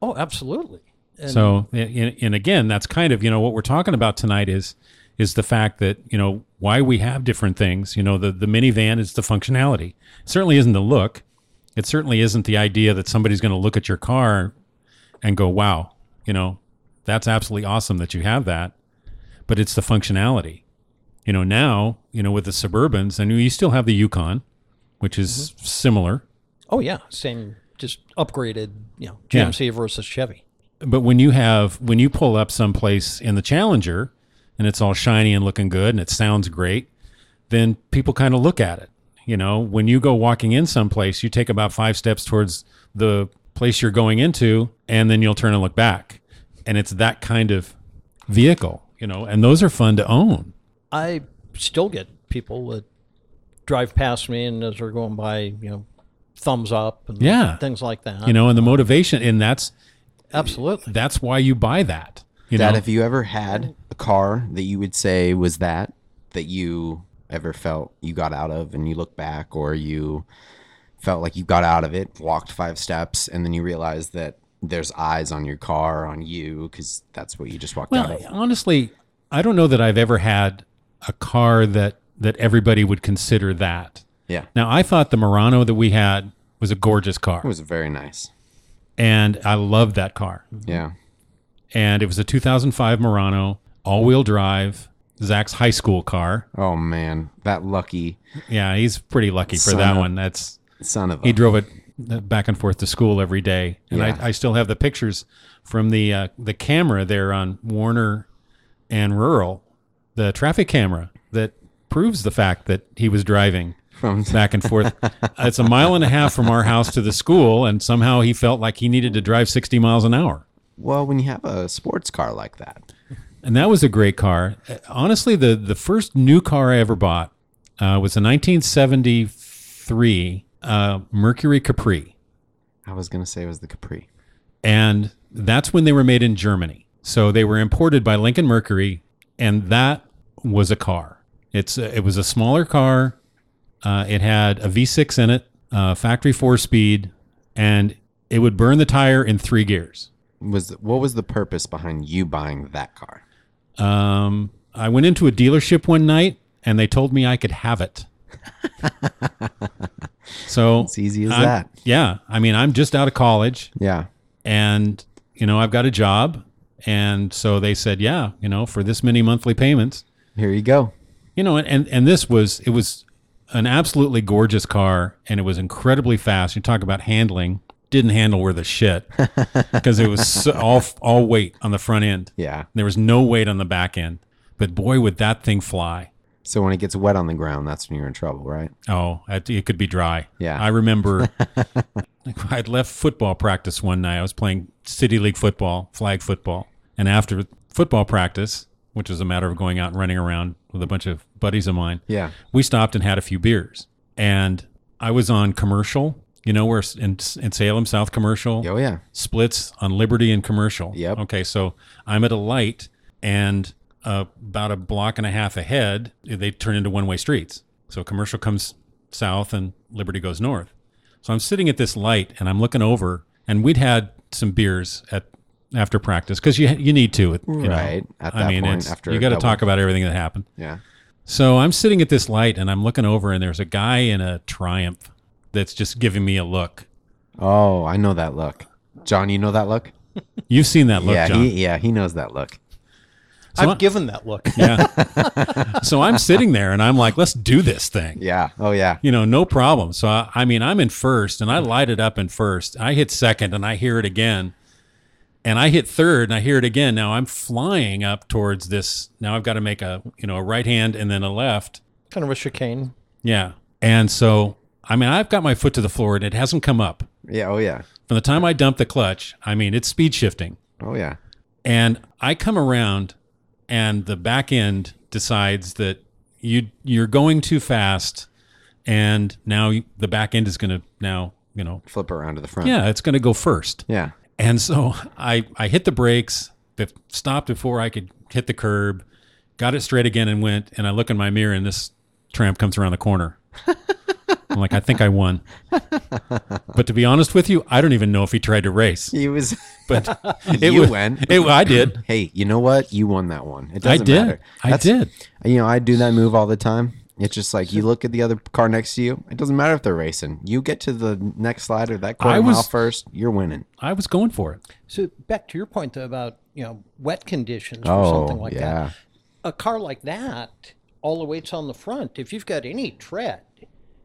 Speaker 4: oh absolutely Uh, and
Speaker 2: So and, and again, that's kind of you know what we're talking about tonight is is the fact that you know why we have different things. You know, the the minivan is the functionality. It certainly isn't the look. It certainly isn't the idea that somebody's going to look at your car and go, "Wow, you know, that's absolutely awesome that you have that." But it's the functionality. You know, now you know with the Suburbans, and you still have the Yukon, which is similar.
Speaker 4: oh yeah same just upgraded you know
Speaker 2: Yeah.
Speaker 4: GMC versus Chevy
Speaker 2: but when you have when you pull up someplace in the Challenger and it's all shiny and looking good and it sounds great, then people kind of look at it. You know, when you go walking in someplace, you take about five steps towards the place you're going into, and then you'll turn and look back. And it's that kind of vehicle, you know, and those are fun to own.
Speaker 4: I still get people that drive past me and as they're going by you know thumbs up and
Speaker 2: Yeah.
Speaker 4: things like that
Speaker 2: You know, and the motivation and that's
Speaker 4: absolutely
Speaker 2: that's why you buy that. You
Speaker 3: Dad,
Speaker 2: know,
Speaker 3: have you ever had a car that you would say was that that you ever felt you got out of and you look back or you felt like you got out of it, walked five steps, and then you realize that there's eyes on your car, on you, because that's what you just walked out
Speaker 2: Well,
Speaker 3: of.
Speaker 2: honestly, I don't know that I've ever had a car that that everybody would consider that.
Speaker 3: Yeah.
Speaker 2: Now, I thought the Murano that we had was a gorgeous car,
Speaker 3: It was very nice.
Speaker 2: and I loved that car.
Speaker 3: Yeah.
Speaker 2: And it was a 2005 Murano, all-wheel drive, Zach's high school car.
Speaker 3: Oh man, that lucky
Speaker 2: Yeah, he's pretty lucky for
Speaker 3: Son
Speaker 2: that
Speaker 3: of-
Speaker 2: one. That's
Speaker 3: son of a
Speaker 2: he drove it uh, back and forth to school every day, and
Speaker 3: Yeah.
Speaker 2: I, I still have the pictures from the uh, the camera there on Warner and Rural, the traffic camera that proves the fact that he was driving
Speaker 3: from
Speaker 2: back and forth. it's a mile and a half from our house to the school, and somehow he felt like he needed to drive sixty miles an hour.
Speaker 3: well, when you have a sports car like that.
Speaker 2: And that was a great car. Uh, Honestly, the the first new car I ever bought uh, was a 1973 uh, Mercury Capri.
Speaker 3: I was gonna say it was the Capri.
Speaker 2: and that's when they were made in Germany. So they were imported by Lincoln Mercury, and that was a car. It's a, it was a smaller car. Uh, it had a V6 in it, uh, factory four speed, and it would burn the tire in three gears.
Speaker 3: Was what was the purpose behind you buying that car?
Speaker 2: Um, I went into a dealership one night, and they told me I could have it. so
Speaker 3: It's easy as
Speaker 2: I'm-
Speaker 3: that.
Speaker 2: Yeah, I mean, I'm just out of college.
Speaker 3: Yeah.
Speaker 2: and you know i've got a job and so they said yeah you know for this many monthly payments
Speaker 3: Here you go.
Speaker 2: you know and and, and this was it was an absolutely gorgeous car and it was incredibly fast you talk about handling didn't handle worth a shit because it was so, all all weight on the front end
Speaker 3: Yeah.
Speaker 2: there was no weight on the back end but boy would that thing fly
Speaker 3: So when it gets wet on the ground, that's when you're in trouble, right?
Speaker 2: Oh, it, it could be dry.
Speaker 3: Yeah.
Speaker 2: I remember I'd left football practice one night. I was playing city league football, flag football. And after football practice, which was a matter of going out and running around with a bunch of buddies of mine,
Speaker 3: Yeah.
Speaker 2: we stopped and had a few beers. And I was on commercial, you know, we're s- in, in Salem, South Commercial
Speaker 3: Oh yeah.
Speaker 2: splits on Liberty and Commercial.
Speaker 3: Yep.
Speaker 2: Okay, so I'm at a light, and uh, about a block and a half ahead, they turn into one-way streets. So Commercial comes south, and Liberty goes north. So I'm sitting at this light, and I'm looking over, and we'd had some beers at after practice because you you need to, you know.
Speaker 3: Right, at
Speaker 2: I
Speaker 3: that
Speaker 2: mean,
Speaker 3: point,
Speaker 2: it's,
Speaker 3: after
Speaker 2: you
Speaker 3: a
Speaker 2: got to
Speaker 3: double.
Speaker 2: talk about everything that happened.
Speaker 3: Yeah.
Speaker 2: So I'm sitting at this light, and I'm looking over, and there's a guy in a Triumph that's just giving me a look.
Speaker 3: Oh, I know that look. John, you know that look?
Speaker 2: You've seen that look,
Speaker 3: yeah,
Speaker 2: John.
Speaker 3: he yeah, he knows that look.
Speaker 2: So
Speaker 4: I've
Speaker 2: I-
Speaker 4: given that look
Speaker 2: Yeah. so I'm sitting there and I'm like, let's do this thing.
Speaker 3: Yeah. Oh yeah.
Speaker 2: You know, no problem. So I, I mean, I'm in first and I light it up in first. I hit second and I hear it again. And I hit third and I hear it again. Now I'm flying up towards this. Now I've got to make a, you know, a right hand and then a left.
Speaker 4: kind of a chicane
Speaker 2: Yeah. And so, I mean, I've got my foot to the floor and it hasn't come up.
Speaker 3: Yeah, oh yeah.
Speaker 2: From the time I dump the clutch, I mean, it's speed shifting.
Speaker 3: Oh yeah.
Speaker 2: And I come around and the back end decides that you you're going too fast and now you, the back end is going to now, you know,
Speaker 3: Flip around to the front.
Speaker 2: yeah, it's going to go first.
Speaker 3: Yeah.
Speaker 2: And so I I hit the brakes, bef- stopped before I could hit the curb, got it straight again and went and I look in my mirror and this tramp comes around the corner. I'm like, I think I won. But to be honest with you, I don't even know if he tried to race.
Speaker 3: He was.
Speaker 2: But it
Speaker 3: You
Speaker 2: wa-
Speaker 3: win.
Speaker 2: It, I did.
Speaker 3: Hey, you know what? You won that one. It
Speaker 2: I
Speaker 3: doesn't
Speaker 2: did.
Speaker 3: matter.
Speaker 2: I did.
Speaker 3: You know, I do that move all the time. It's just like you look at the other car next to you. It doesn't matter if they're racing. You get to the next slide or that quarter
Speaker 2: I was-
Speaker 3: mile first, you're winning.
Speaker 2: I was going for it.
Speaker 4: So back to your point though, about you know wet conditions or
Speaker 3: Oh,
Speaker 4: something like
Speaker 3: yeah.
Speaker 4: that. A car like that, all the weight's on the front. If you've got any tread,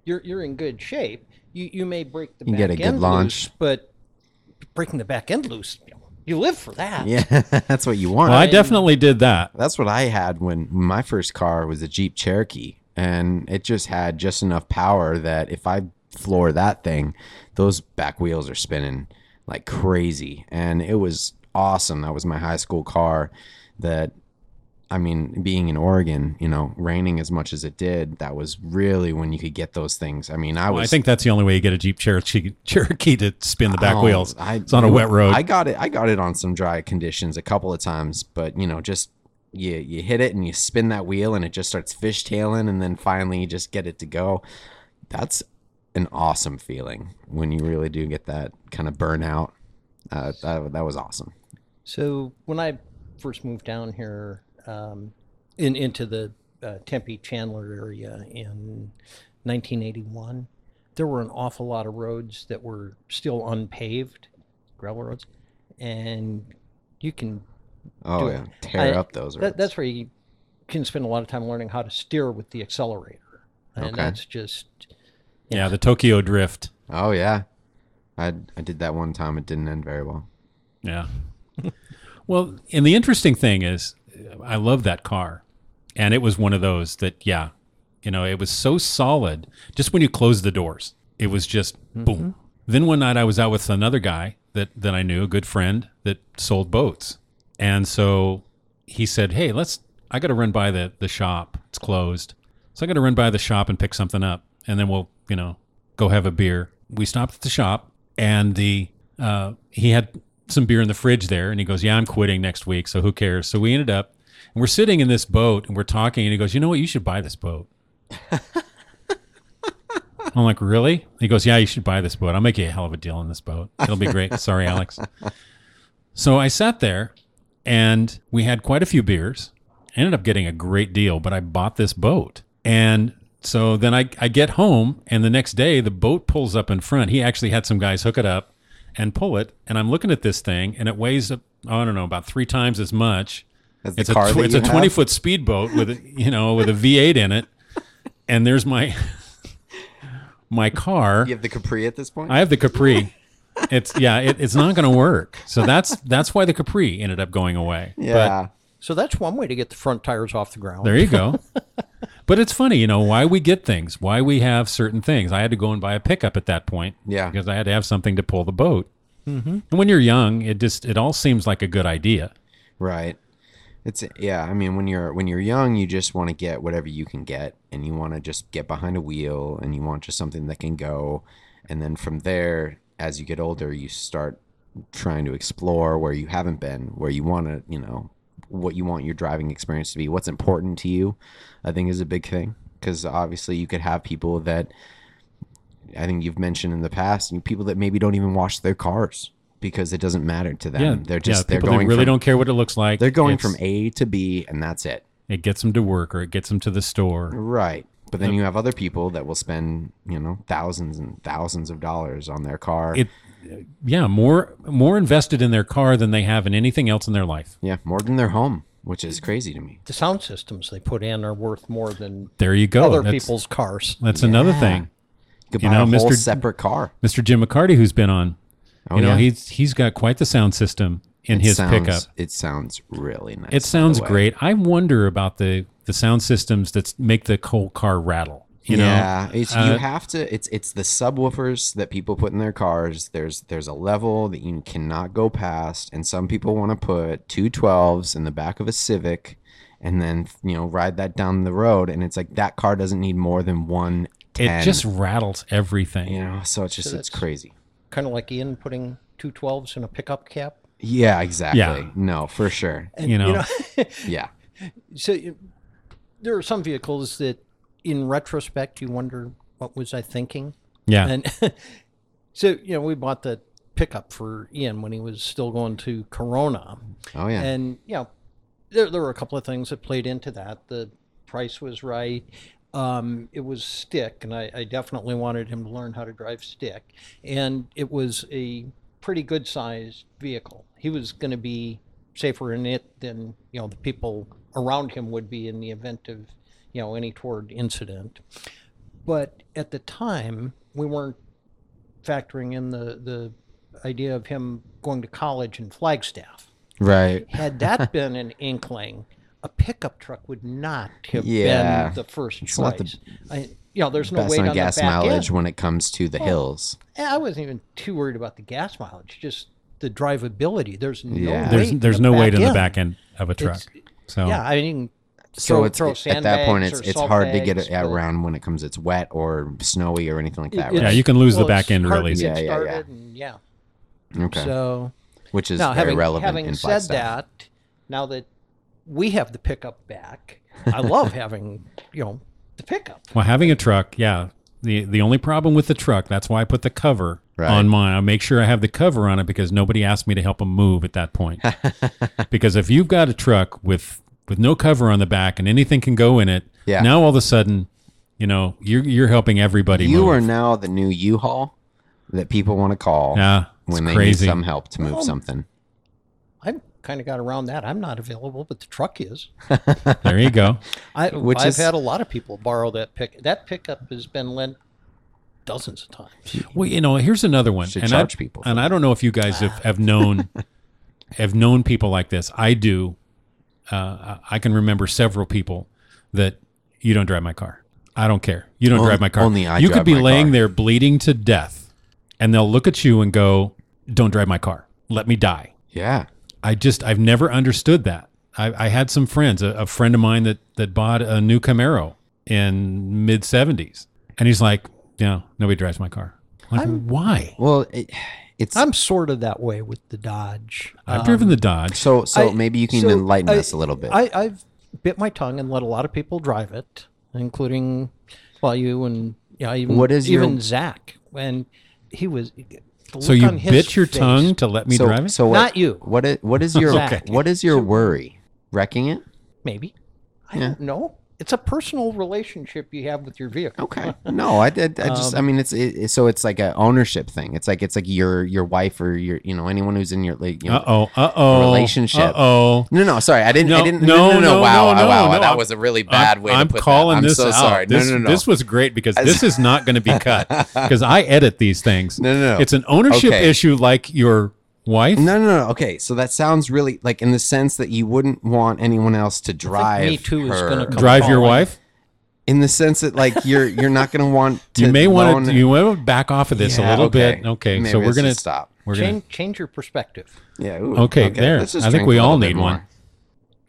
Speaker 4: you're you're in good shape. You you may break the
Speaker 3: You
Speaker 4: back
Speaker 3: get a good
Speaker 4: end
Speaker 3: launch.
Speaker 4: loose, but breaking the back end loose, you, know, you live for that.
Speaker 3: Yeah, that's what you want.
Speaker 2: Well, I definitely did that.
Speaker 3: That's what I had when my first car was a Jeep Cherokee, and it just had just enough power that if I floor that thing, those back wheels are spinning like crazy, and it was awesome. That was my high school car. That, I mean, being in Oregon, you know, raining as much as it did, that was really when you could get those things. I mean, I was.
Speaker 2: I think that's the only way you get a Jeep Cherokee, Cherokee to spin the back
Speaker 3: Oh,
Speaker 2: wheels.
Speaker 3: I-
Speaker 2: it's on a wet road.
Speaker 3: I got it. I got it on some dry conditions a couple of times, but you know, just you you hit it and you spin that wheel and it just starts fishtailing, and then finally you just get it to go. That's an awesome feeling when you really do get that kind of burnout. Uh, that, that was awesome.
Speaker 4: So when I first moved down here, um, in into the uh, Tempe Chandler area in 1981, there were an awful lot of roads that were still unpaved, gravel roads, and you can
Speaker 3: Oh
Speaker 4: Dude,
Speaker 3: yeah, tear
Speaker 4: I-
Speaker 3: up those.
Speaker 4: that,
Speaker 3: roads.
Speaker 4: that's where you can spend a lot of time learning how to steer with the accelerator, and
Speaker 3: Okay.
Speaker 4: that's just
Speaker 2: yeah, the Tokyo Drift.
Speaker 3: oh yeah, I I did that one time. It didn't end very well.
Speaker 2: Yeah. well, and the interesting thing is, I love that car, and it was one of those that, yeah, you know, it was so solid. Just when you close the doors, it was just
Speaker 3: Mm-hmm.
Speaker 2: boom. Then one night I was out with another guy that that I knew, a good friend that sold boats, and so he said, "Hey, let's. I got to run by the the shop. It's closed, so I got to run by the shop and pick something up, and then we'll, you know, go have a beer." We stopped at the shop, and the uh, he had some beer in the fridge there, and he goes, "Yeah, I'm quitting next week, so who cares?" So we ended up, and we're sitting in this boat, and we're talking, and he goes, "You know what? You should buy this boat." I'm like, really? He goes, yeah, you should buy this boat. I'll make you a hell of a deal on this boat. It'll be great. Sorry, Alex. So I sat there and we had quite a few beers. I ended up getting a great deal, but I bought this boat. And so then I, I get home and the next day the boat pulls up in front. He actually had some guys hook it up and pull it. And I'm looking at this thing and it weighs, uh, I don't know, about three times as much.
Speaker 3: That's the
Speaker 2: It's
Speaker 3: car
Speaker 2: a, tw-
Speaker 3: that
Speaker 2: it's
Speaker 3: you
Speaker 2: a 20
Speaker 3: have?
Speaker 2: foot speedboat with, a, you know, with a V8 in it. And there's my, my car.
Speaker 3: You have the Capri at this point.
Speaker 2: I have the Capri. It's yeah, it, it's not going to work. So that's that's why the Capri ended up going away.
Speaker 3: yeah.
Speaker 4: so that's one way to get the front tires off the ground.
Speaker 2: There you go. But it's funny, you know, why we get things, why we have certain things. I had to go and buy a pickup at that point.
Speaker 3: Yeah. Mm-hmm.
Speaker 2: Because I had to have something to pull the boat. And when you're young, it just it all seems like a good idea.
Speaker 3: Right. It's yeah, I mean when you're when you're young, you just want to get whatever you can get and you want to just get behind a wheel and you want just something that can go and then from there as you get older, you start trying to explore where you haven't been, where you want to, you know, what you want your driving experience to be, what's important to you. I think is a big thing cuz obviously you could have people that I think you've mentioned in the past, you- people that maybe don't even wash their cars because it doesn't matter to them.
Speaker 2: Yeah,
Speaker 3: they're just
Speaker 2: yeah,
Speaker 3: they're
Speaker 2: people that
Speaker 3: going
Speaker 2: really
Speaker 3: from-
Speaker 2: don't care what it looks like.
Speaker 3: they're going
Speaker 2: It's-
Speaker 3: from A to B, and that's it.
Speaker 2: it gets them to work or it gets them to the store.
Speaker 3: Right. But then you have other people that will spend, you know, thousands and thousands of dollars on their car.
Speaker 2: It yeah, more more invested in their car than they have in anything else in their life.
Speaker 3: yeah, more than their home, which is crazy to me.
Speaker 4: The sound systems they put in are worth more than
Speaker 2: There you go.
Speaker 4: other
Speaker 2: That's-
Speaker 4: people's cars.
Speaker 2: That's another thing.
Speaker 3: You could
Speaker 2: You
Speaker 3: buy
Speaker 2: know,
Speaker 3: a whole
Speaker 2: Mr.
Speaker 3: separate car.
Speaker 2: Mr. Jim McCarty, who's been on.
Speaker 3: Oh,
Speaker 2: you know,
Speaker 3: yeah.
Speaker 2: he's he's got quite the sound system in
Speaker 3: It
Speaker 2: his
Speaker 3: sounds,
Speaker 2: pickup.
Speaker 3: It sounds really nice. by
Speaker 2: It
Speaker 3: the
Speaker 2: sounds
Speaker 3: way.
Speaker 2: great. I wonder about the the sound systems that make the whole car rattle. You
Speaker 3: yeah,
Speaker 2: know,
Speaker 3: it's you
Speaker 2: Uh,
Speaker 3: have to. It's it's the subwoofers that people put in their cars. There's there's a level that you cannot go past, and some people want to put two 12s in the back of a Civic, and then you know ride that down the road, and it's like that car doesn't need more than one ten.
Speaker 2: it just rattles everything.
Speaker 3: you know, so it's just it's
Speaker 4: that's-
Speaker 3: crazy.
Speaker 4: Kind of like Ian putting two 12s in a pickup cap.
Speaker 3: Yeah, exactly. No, for sure.
Speaker 2: You know,
Speaker 3: Yeah,
Speaker 4: so you- there are some vehicles that in retrospect you wonder what was i thinking
Speaker 2: yeah,
Speaker 4: and so you know we bought the pickup for ian when he was still going to corona
Speaker 3: oh yeah,
Speaker 4: and you know there, there were a couple of things that played into that the price was right um, it was stick and I, I definitely wanted him to learn how to drive stick and it was a pretty good sized vehicle he was going to be safer in it than you know the people around him would be in the event of you know any toward incident but at the time we weren't factoring in the the idea of him going to college in flagstaff
Speaker 3: right.
Speaker 4: had that been an inkling, a pickup truck would not have
Speaker 3: Yeah.
Speaker 4: been the first
Speaker 3: It's
Speaker 4: choice.
Speaker 3: not the
Speaker 4: I, you know, there's no
Speaker 3: Best
Speaker 4: weight
Speaker 3: on
Speaker 4: on,
Speaker 3: gas
Speaker 4: the back
Speaker 3: mileage
Speaker 4: end. Oh.
Speaker 3: when it comes to the hills.
Speaker 4: And I wasn't even too worried about the gas mileage, just the drivability. There's no
Speaker 3: Yeah.
Speaker 4: weight.
Speaker 2: there's
Speaker 4: in
Speaker 2: there's
Speaker 4: the
Speaker 2: no
Speaker 4: back
Speaker 2: weight in the
Speaker 4: end.
Speaker 2: back end of a truck.
Speaker 4: It's-
Speaker 2: so
Speaker 4: Yeah, I mean,
Speaker 3: so
Speaker 4: throw-
Speaker 3: it's
Speaker 4: throw
Speaker 3: it- at that point
Speaker 4: sandbags
Speaker 3: it's
Speaker 4: or
Speaker 3: it's
Speaker 4: salt
Speaker 3: hard to get
Speaker 4: bags,
Speaker 3: it at
Speaker 4: but-
Speaker 3: around when it comes it's wet or snowy or anything like that
Speaker 2: Yeah,
Speaker 3: right?
Speaker 2: you can lose the
Speaker 4: well,
Speaker 2: back
Speaker 4: it's
Speaker 2: end
Speaker 4: hard
Speaker 2: really
Speaker 4: to
Speaker 2: easy.
Speaker 4: get
Speaker 3: Yeah, yeah, yeah.
Speaker 4: started and yeah.
Speaker 3: okay
Speaker 4: So
Speaker 3: which is
Speaker 4: now,
Speaker 3: very
Speaker 4: having,
Speaker 3: relevant
Speaker 4: having
Speaker 3: in
Speaker 4: said
Speaker 3: Flagstaff.
Speaker 4: that, now that we have the pickup back, I love having you know the pickup.
Speaker 2: Well, having a truck, yeah. The the only problem with the truck, that's why I put the cover
Speaker 3: Right.
Speaker 2: on mine. I make sure I have the cover on it because nobody asked me to help them move at that point. because if you've got a truck with with no cover on the back and anything can go in it,
Speaker 3: Yeah.
Speaker 2: now all of a sudden, you know, you're you're helping everybody
Speaker 3: you
Speaker 2: move.
Speaker 3: are now the new u-haul that people want to call
Speaker 2: yeah, it's
Speaker 3: when they
Speaker 2: crazy.
Speaker 3: need some help to
Speaker 4: Um,
Speaker 3: move something
Speaker 4: I've kind of got around that. I'm not available, but the truck is.
Speaker 2: there you go.
Speaker 4: I,
Speaker 3: Which
Speaker 4: I've
Speaker 3: is-
Speaker 4: had a lot of people borrow that pick. That pickup has been lent dozens of times.
Speaker 2: Well, you know, here's another one.
Speaker 3: Should
Speaker 2: and
Speaker 3: charge
Speaker 2: I,
Speaker 3: people for
Speaker 2: And I don't know if you guys have, have known have known people like this. I do. Uh, I I can remember several people that you don't drive my car. I don't care. You don't
Speaker 3: On-
Speaker 2: drive my car.
Speaker 3: only I
Speaker 2: You
Speaker 3: drive
Speaker 2: could be
Speaker 3: my
Speaker 2: laying
Speaker 3: car.
Speaker 2: there bleeding to death, and they'll look at you and go, "Don't drive my car. Let me die."
Speaker 3: yeah
Speaker 2: I just I've never understood that. I, I had some friends, a, a friend of mine that that bought a new Camaro in mid seventies, and he's like, "Yeah, nobody drives my car." I'm like, why?
Speaker 3: well it, it's
Speaker 4: I'm sort of that way with the Dodge.
Speaker 3: Um,
Speaker 2: I've driven the Dodge.
Speaker 3: so so
Speaker 4: I-
Speaker 3: maybe Uh, you can
Speaker 4: so
Speaker 3: enlighten
Speaker 4: I-
Speaker 3: us a little bit
Speaker 4: I, I've bit my tongue and let a lot of people drive it, including well, you and yeah, even
Speaker 3: What is your-
Speaker 4: even Zach when he was. the
Speaker 2: So
Speaker 4: look
Speaker 2: you
Speaker 4: on his
Speaker 2: bit your
Speaker 4: face-
Speaker 2: tongue to let me
Speaker 3: so,
Speaker 2: drive it?
Speaker 3: so what,
Speaker 4: Not you.
Speaker 3: what is, what is your
Speaker 4: Zach.
Speaker 3: what is your worry wrecking it
Speaker 4: Maybe I don't know. It's a personal relationship you have with your vehicle.
Speaker 3: Okay. No, I did. I just.
Speaker 2: Um,
Speaker 3: I mean, it's it, it- so it's like a ownership thing. It's like it's like your your wife or your you know anyone who's in your like. You know,
Speaker 2: uh oh, uh oh,
Speaker 3: Relationship.
Speaker 2: Uh oh.
Speaker 3: No, no, sorry, I didn't. I
Speaker 2: No,
Speaker 3: didn't.
Speaker 2: no,
Speaker 3: No, no, no.
Speaker 2: no,
Speaker 3: wow,
Speaker 2: no,
Speaker 3: wow, wow,
Speaker 2: no, no.
Speaker 3: That was a really bad
Speaker 2: I'm,
Speaker 3: way. To
Speaker 2: I'm
Speaker 3: put
Speaker 2: calling
Speaker 3: that.
Speaker 2: this
Speaker 3: I'm so
Speaker 2: out.
Speaker 3: sorry.
Speaker 2: This,
Speaker 3: no, no, no.
Speaker 2: This was great because this is not going to be cut because I edit these things.
Speaker 3: No, no, no.
Speaker 2: It's an ownership
Speaker 3: Okay.
Speaker 2: issue, like your wife.
Speaker 3: no, no, no. Okay, so that sounds really like in the sense that you wouldn't want anyone else to drive
Speaker 4: Me Too
Speaker 3: her.
Speaker 4: is gonna come
Speaker 2: Drive your
Speaker 4: calling.
Speaker 2: wife.
Speaker 3: in the sense that like you're you're not going to want. To
Speaker 2: You may want to.
Speaker 3: loan-
Speaker 2: You want to back off of this
Speaker 3: Yeah,
Speaker 2: a little
Speaker 3: okay.
Speaker 2: bit. Okay,
Speaker 3: Maybe
Speaker 2: so we're
Speaker 3: let's
Speaker 2: gonna
Speaker 3: just stop.
Speaker 2: We're gonna
Speaker 4: Change change your perspective.
Speaker 3: Yeah. ooh,
Speaker 2: Okay, there.
Speaker 3: let's just
Speaker 2: I think we
Speaker 3: drink a
Speaker 2: all
Speaker 3: little bit
Speaker 2: need
Speaker 3: more.
Speaker 2: one.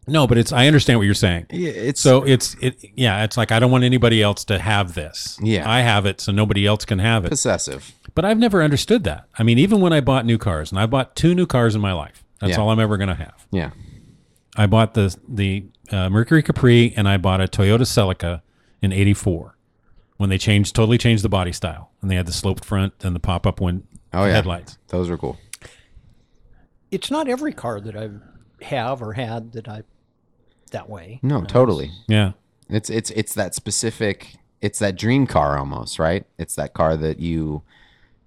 Speaker 2: no, but it's. I understand what you're saying.
Speaker 3: Yeah. It's
Speaker 2: So it's it. Yeah, it's like I don't want anybody else to have this.
Speaker 3: Yeah.
Speaker 2: I have it, so nobody else can have it.
Speaker 3: possessive.
Speaker 2: But I've never understood that. I mean, even when I bought new cars, and I bought two new cars in my life. That's
Speaker 3: Yeah.
Speaker 2: all I'm ever going to have.
Speaker 3: Yeah.
Speaker 2: I bought the the uh, Mercury Capri and I bought a Toyota Celica in '84 when they changed totally changed the body style and they had the sloped front and the pop up wind
Speaker 3: Oh yeah.
Speaker 2: headlights.
Speaker 3: Those were cool.
Speaker 4: It's not every car that I have or had that I that way.
Speaker 3: No, totally.
Speaker 2: Yeah,
Speaker 3: It's it's it's that specific. It's that dream car almost, right? It's that car that you.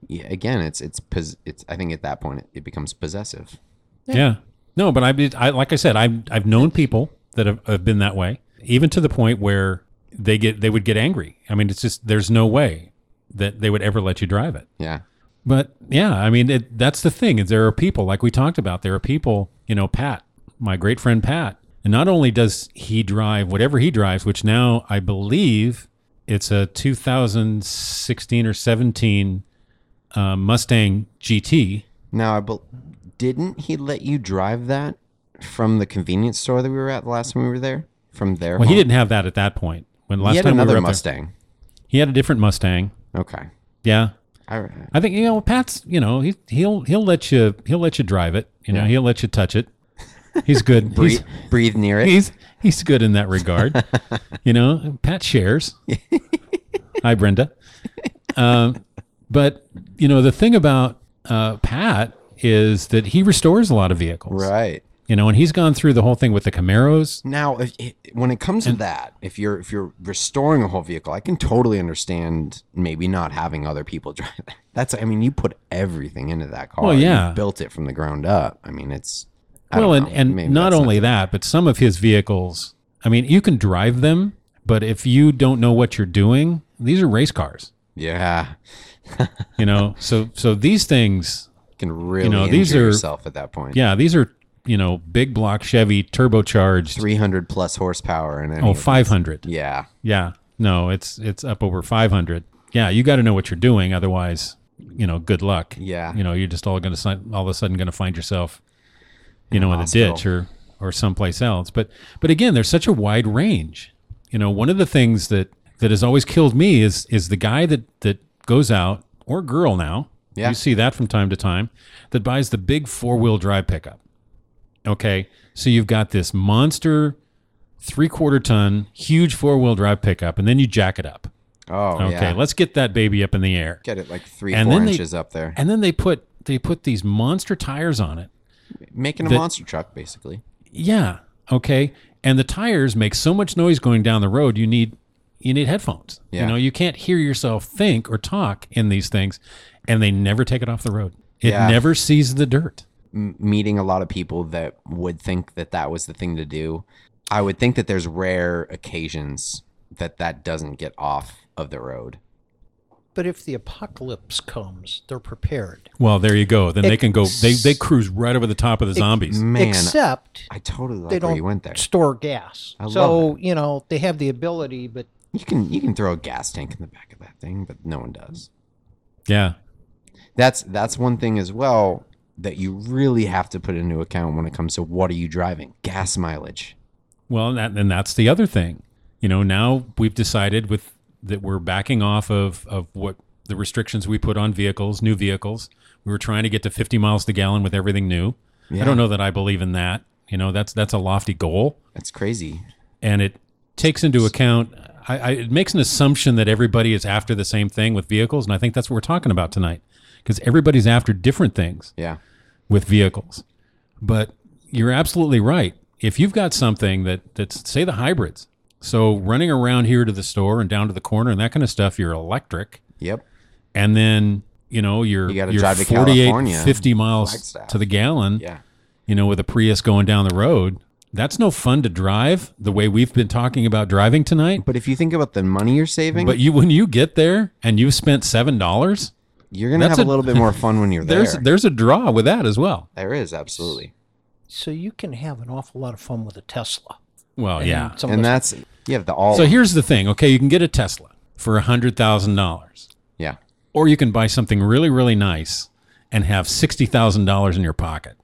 Speaker 3: Yeah, again, it's it's pos- it's. I think at that point it, it becomes possessive.
Speaker 2: yeah. No, but I, did- I like I said, I've I've known people that have, have been that way, even to the point where they get they would get angry. I mean, it's just there's no way that they would ever let you drive it.
Speaker 3: Yeah.
Speaker 2: But yeah, I mean, it, that's the thing is there are people like we talked about. There are people, you know, Pat, my great friend Pat, and not only does he drive whatever he drives, which now I believe It's a 2016 or 17 uh, Mustang GT.
Speaker 3: Now, I bel didn't he let you drive that from the convenience store that we were at the last time we were there? From there,
Speaker 2: Well, he
Speaker 3: home?
Speaker 2: didn't have that at that point. When last
Speaker 3: Uh-huh. He had
Speaker 2: time we
Speaker 3: another
Speaker 2: were up there-
Speaker 3: Mustang.
Speaker 2: he had a different Mustang.
Speaker 3: Okay,
Speaker 2: Yeah,
Speaker 3: I,
Speaker 2: I think you know Pat's. You know he he'll he'll let you he'll let you drive it. You know
Speaker 3: Yeah.
Speaker 2: he'll let you touch it. He's good.
Speaker 3: breathe,
Speaker 2: he's,
Speaker 3: breathe near it.
Speaker 2: he's he's good in that regard. you know, Pat shares. Hi, Brenda. Um, but you know the thing about uh, Pat is that he restores a lot of vehicles.
Speaker 3: Right.
Speaker 2: You know, and he's gone through the whole thing with the Camaros.
Speaker 3: Now, if, i- when it comes to that, if you're if you're restoring a whole vehicle, I can totally understand maybe not having other people drive. it. That's I mean, you put everything into that car.
Speaker 2: Well,
Speaker 3: You
Speaker 2: yeah.
Speaker 3: built it from the ground up. I mean, it's I
Speaker 2: well,
Speaker 3: don't
Speaker 2: and,
Speaker 3: know.
Speaker 2: and
Speaker 3: Maybe
Speaker 2: not
Speaker 3: that's
Speaker 2: only that, but some of his vehicles. I mean, you can drive them, but if you don't know what you're doing, these are race cars.
Speaker 3: yeah,
Speaker 2: you know so so these things
Speaker 3: you can really
Speaker 2: know,
Speaker 3: injure
Speaker 2: these are-
Speaker 3: yourself at that point.
Speaker 2: yeah these are you know big block chevy turbocharged
Speaker 3: three hundred plus horsepower and
Speaker 2: oh 500
Speaker 3: yeah,
Speaker 2: yeah no it's it's up over 500 yeah you got to know what you're doing otherwise you know good luck
Speaker 3: Yeah.
Speaker 2: you know you're just all gonna si- all of a sudden gonna find yourself you know in a
Speaker 3: hospital.
Speaker 2: ditch or or someplace else but but again there's such a wide range you know one of the things that that has always killed me is is the guy that that goes out or girl now
Speaker 3: Yeah.
Speaker 2: you see that from time to time that buys the big four-wheel drive pickup okay so you've got this monster three-quarter ton huge four-wheel drive pickup and then you jack it up
Speaker 3: oh
Speaker 2: okay
Speaker 3: yeah,
Speaker 2: let's get that baby up in the air
Speaker 3: get it like three
Speaker 2: And
Speaker 3: four
Speaker 2: then they-
Speaker 3: inches up there,
Speaker 2: and then they put they put these monster tires on it
Speaker 3: making a
Speaker 2: the-
Speaker 3: monster truck basically.
Speaker 2: Yeah. Okay. And the tires make so much noise going down the road. You need you need headphones.
Speaker 3: Yeah.
Speaker 2: You know, you can't hear yourself think or talk in these things, and they never take it off the road. It
Speaker 3: Yeah.
Speaker 2: never sees the dirt.
Speaker 3: m- meeting a lot of people that would think that that was the thing to do. I would think that there's rare occasions that that doesn't get off of the road.
Speaker 4: But if the apocalypse comes, they're prepared.
Speaker 2: Well, there you go. Then they can go. They they cruise right over the top of the zombies.
Speaker 3: Man,
Speaker 4: Except
Speaker 3: I totally like
Speaker 4: they
Speaker 3: where
Speaker 4: don't
Speaker 3: you went there.
Speaker 4: store gas.
Speaker 3: I love
Speaker 4: so, you know, they have the ability, but
Speaker 3: You can you can throw a gas tank in the back of that thing, but no one does.
Speaker 2: yeah.
Speaker 3: That's that's one thing as well that you really have to put into account when it comes to what are you driving? Gas mileage.
Speaker 2: Well, and, that, and that's the other thing. You know, now we've decided with that we're backing off of of what the restrictions we put on vehicles, new vehicles. We were trying to get to 50 miles to gallon with everything new. I don't know that I believe in that. You know, that's that's a lofty goal,
Speaker 3: That's crazy.
Speaker 2: and it takes into account. I, I, it makes an assumption that everybody is after the same thing with vehicles, and I think that's what we're talking about tonight, because everybody's after different things
Speaker 3: Yeah.
Speaker 2: with vehicles. But you're absolutely right. If you've got something that that's say the hybrids, so running around here to the store and down to the corner and that kind of stuff, you're electric,
Speaker 3: Yep.
Speaker 2: and then you know you're
Speaker 3: You gotta
Speaker 2: you're
Speaker 3: drive to
Speaker 2: 48,
Speaker 3: California,
Speaker 2: 50 miles
Speaker 3: Flagstaff.
Speaker 2: to the gallon,
Speaker 3: Yeah.
Speaker 2: you know, with a Prius going down the road. That's no fun to drive the way we've been talking about driving tonight.
Speaker 3: But if you think about the money you're saving,
Speaker 2: But you, when you get there and you've spent seven dollars,
Speaker 3: you're gonna
Speaker 2: that's
Speaker 3: have a
Speaker 2: a-
Speaker 3: little bit more fun when you're
Speaker 2: there's
Speaker 3: there.
Speaker 2: there's a draw with that as well.
Speaker 3: There is absolutely.
Speaker 4: so you can have an awful lot of fun with a Tesla.
Speaker 2: Well,
Speaker 4: And
Speaker 2: yeah,
Speaker 4: some of
Speaker 3: and
Speaker 4: those-
Speaker 3: that's you have the all
Speaker 2: So here's the thing. Okay, you can get a Tesla for hundred thousand dollars,
Speaker 3: yeah
Speaker 2: or you can buy something really, really nice and have sixty thousand dollars in your pocket.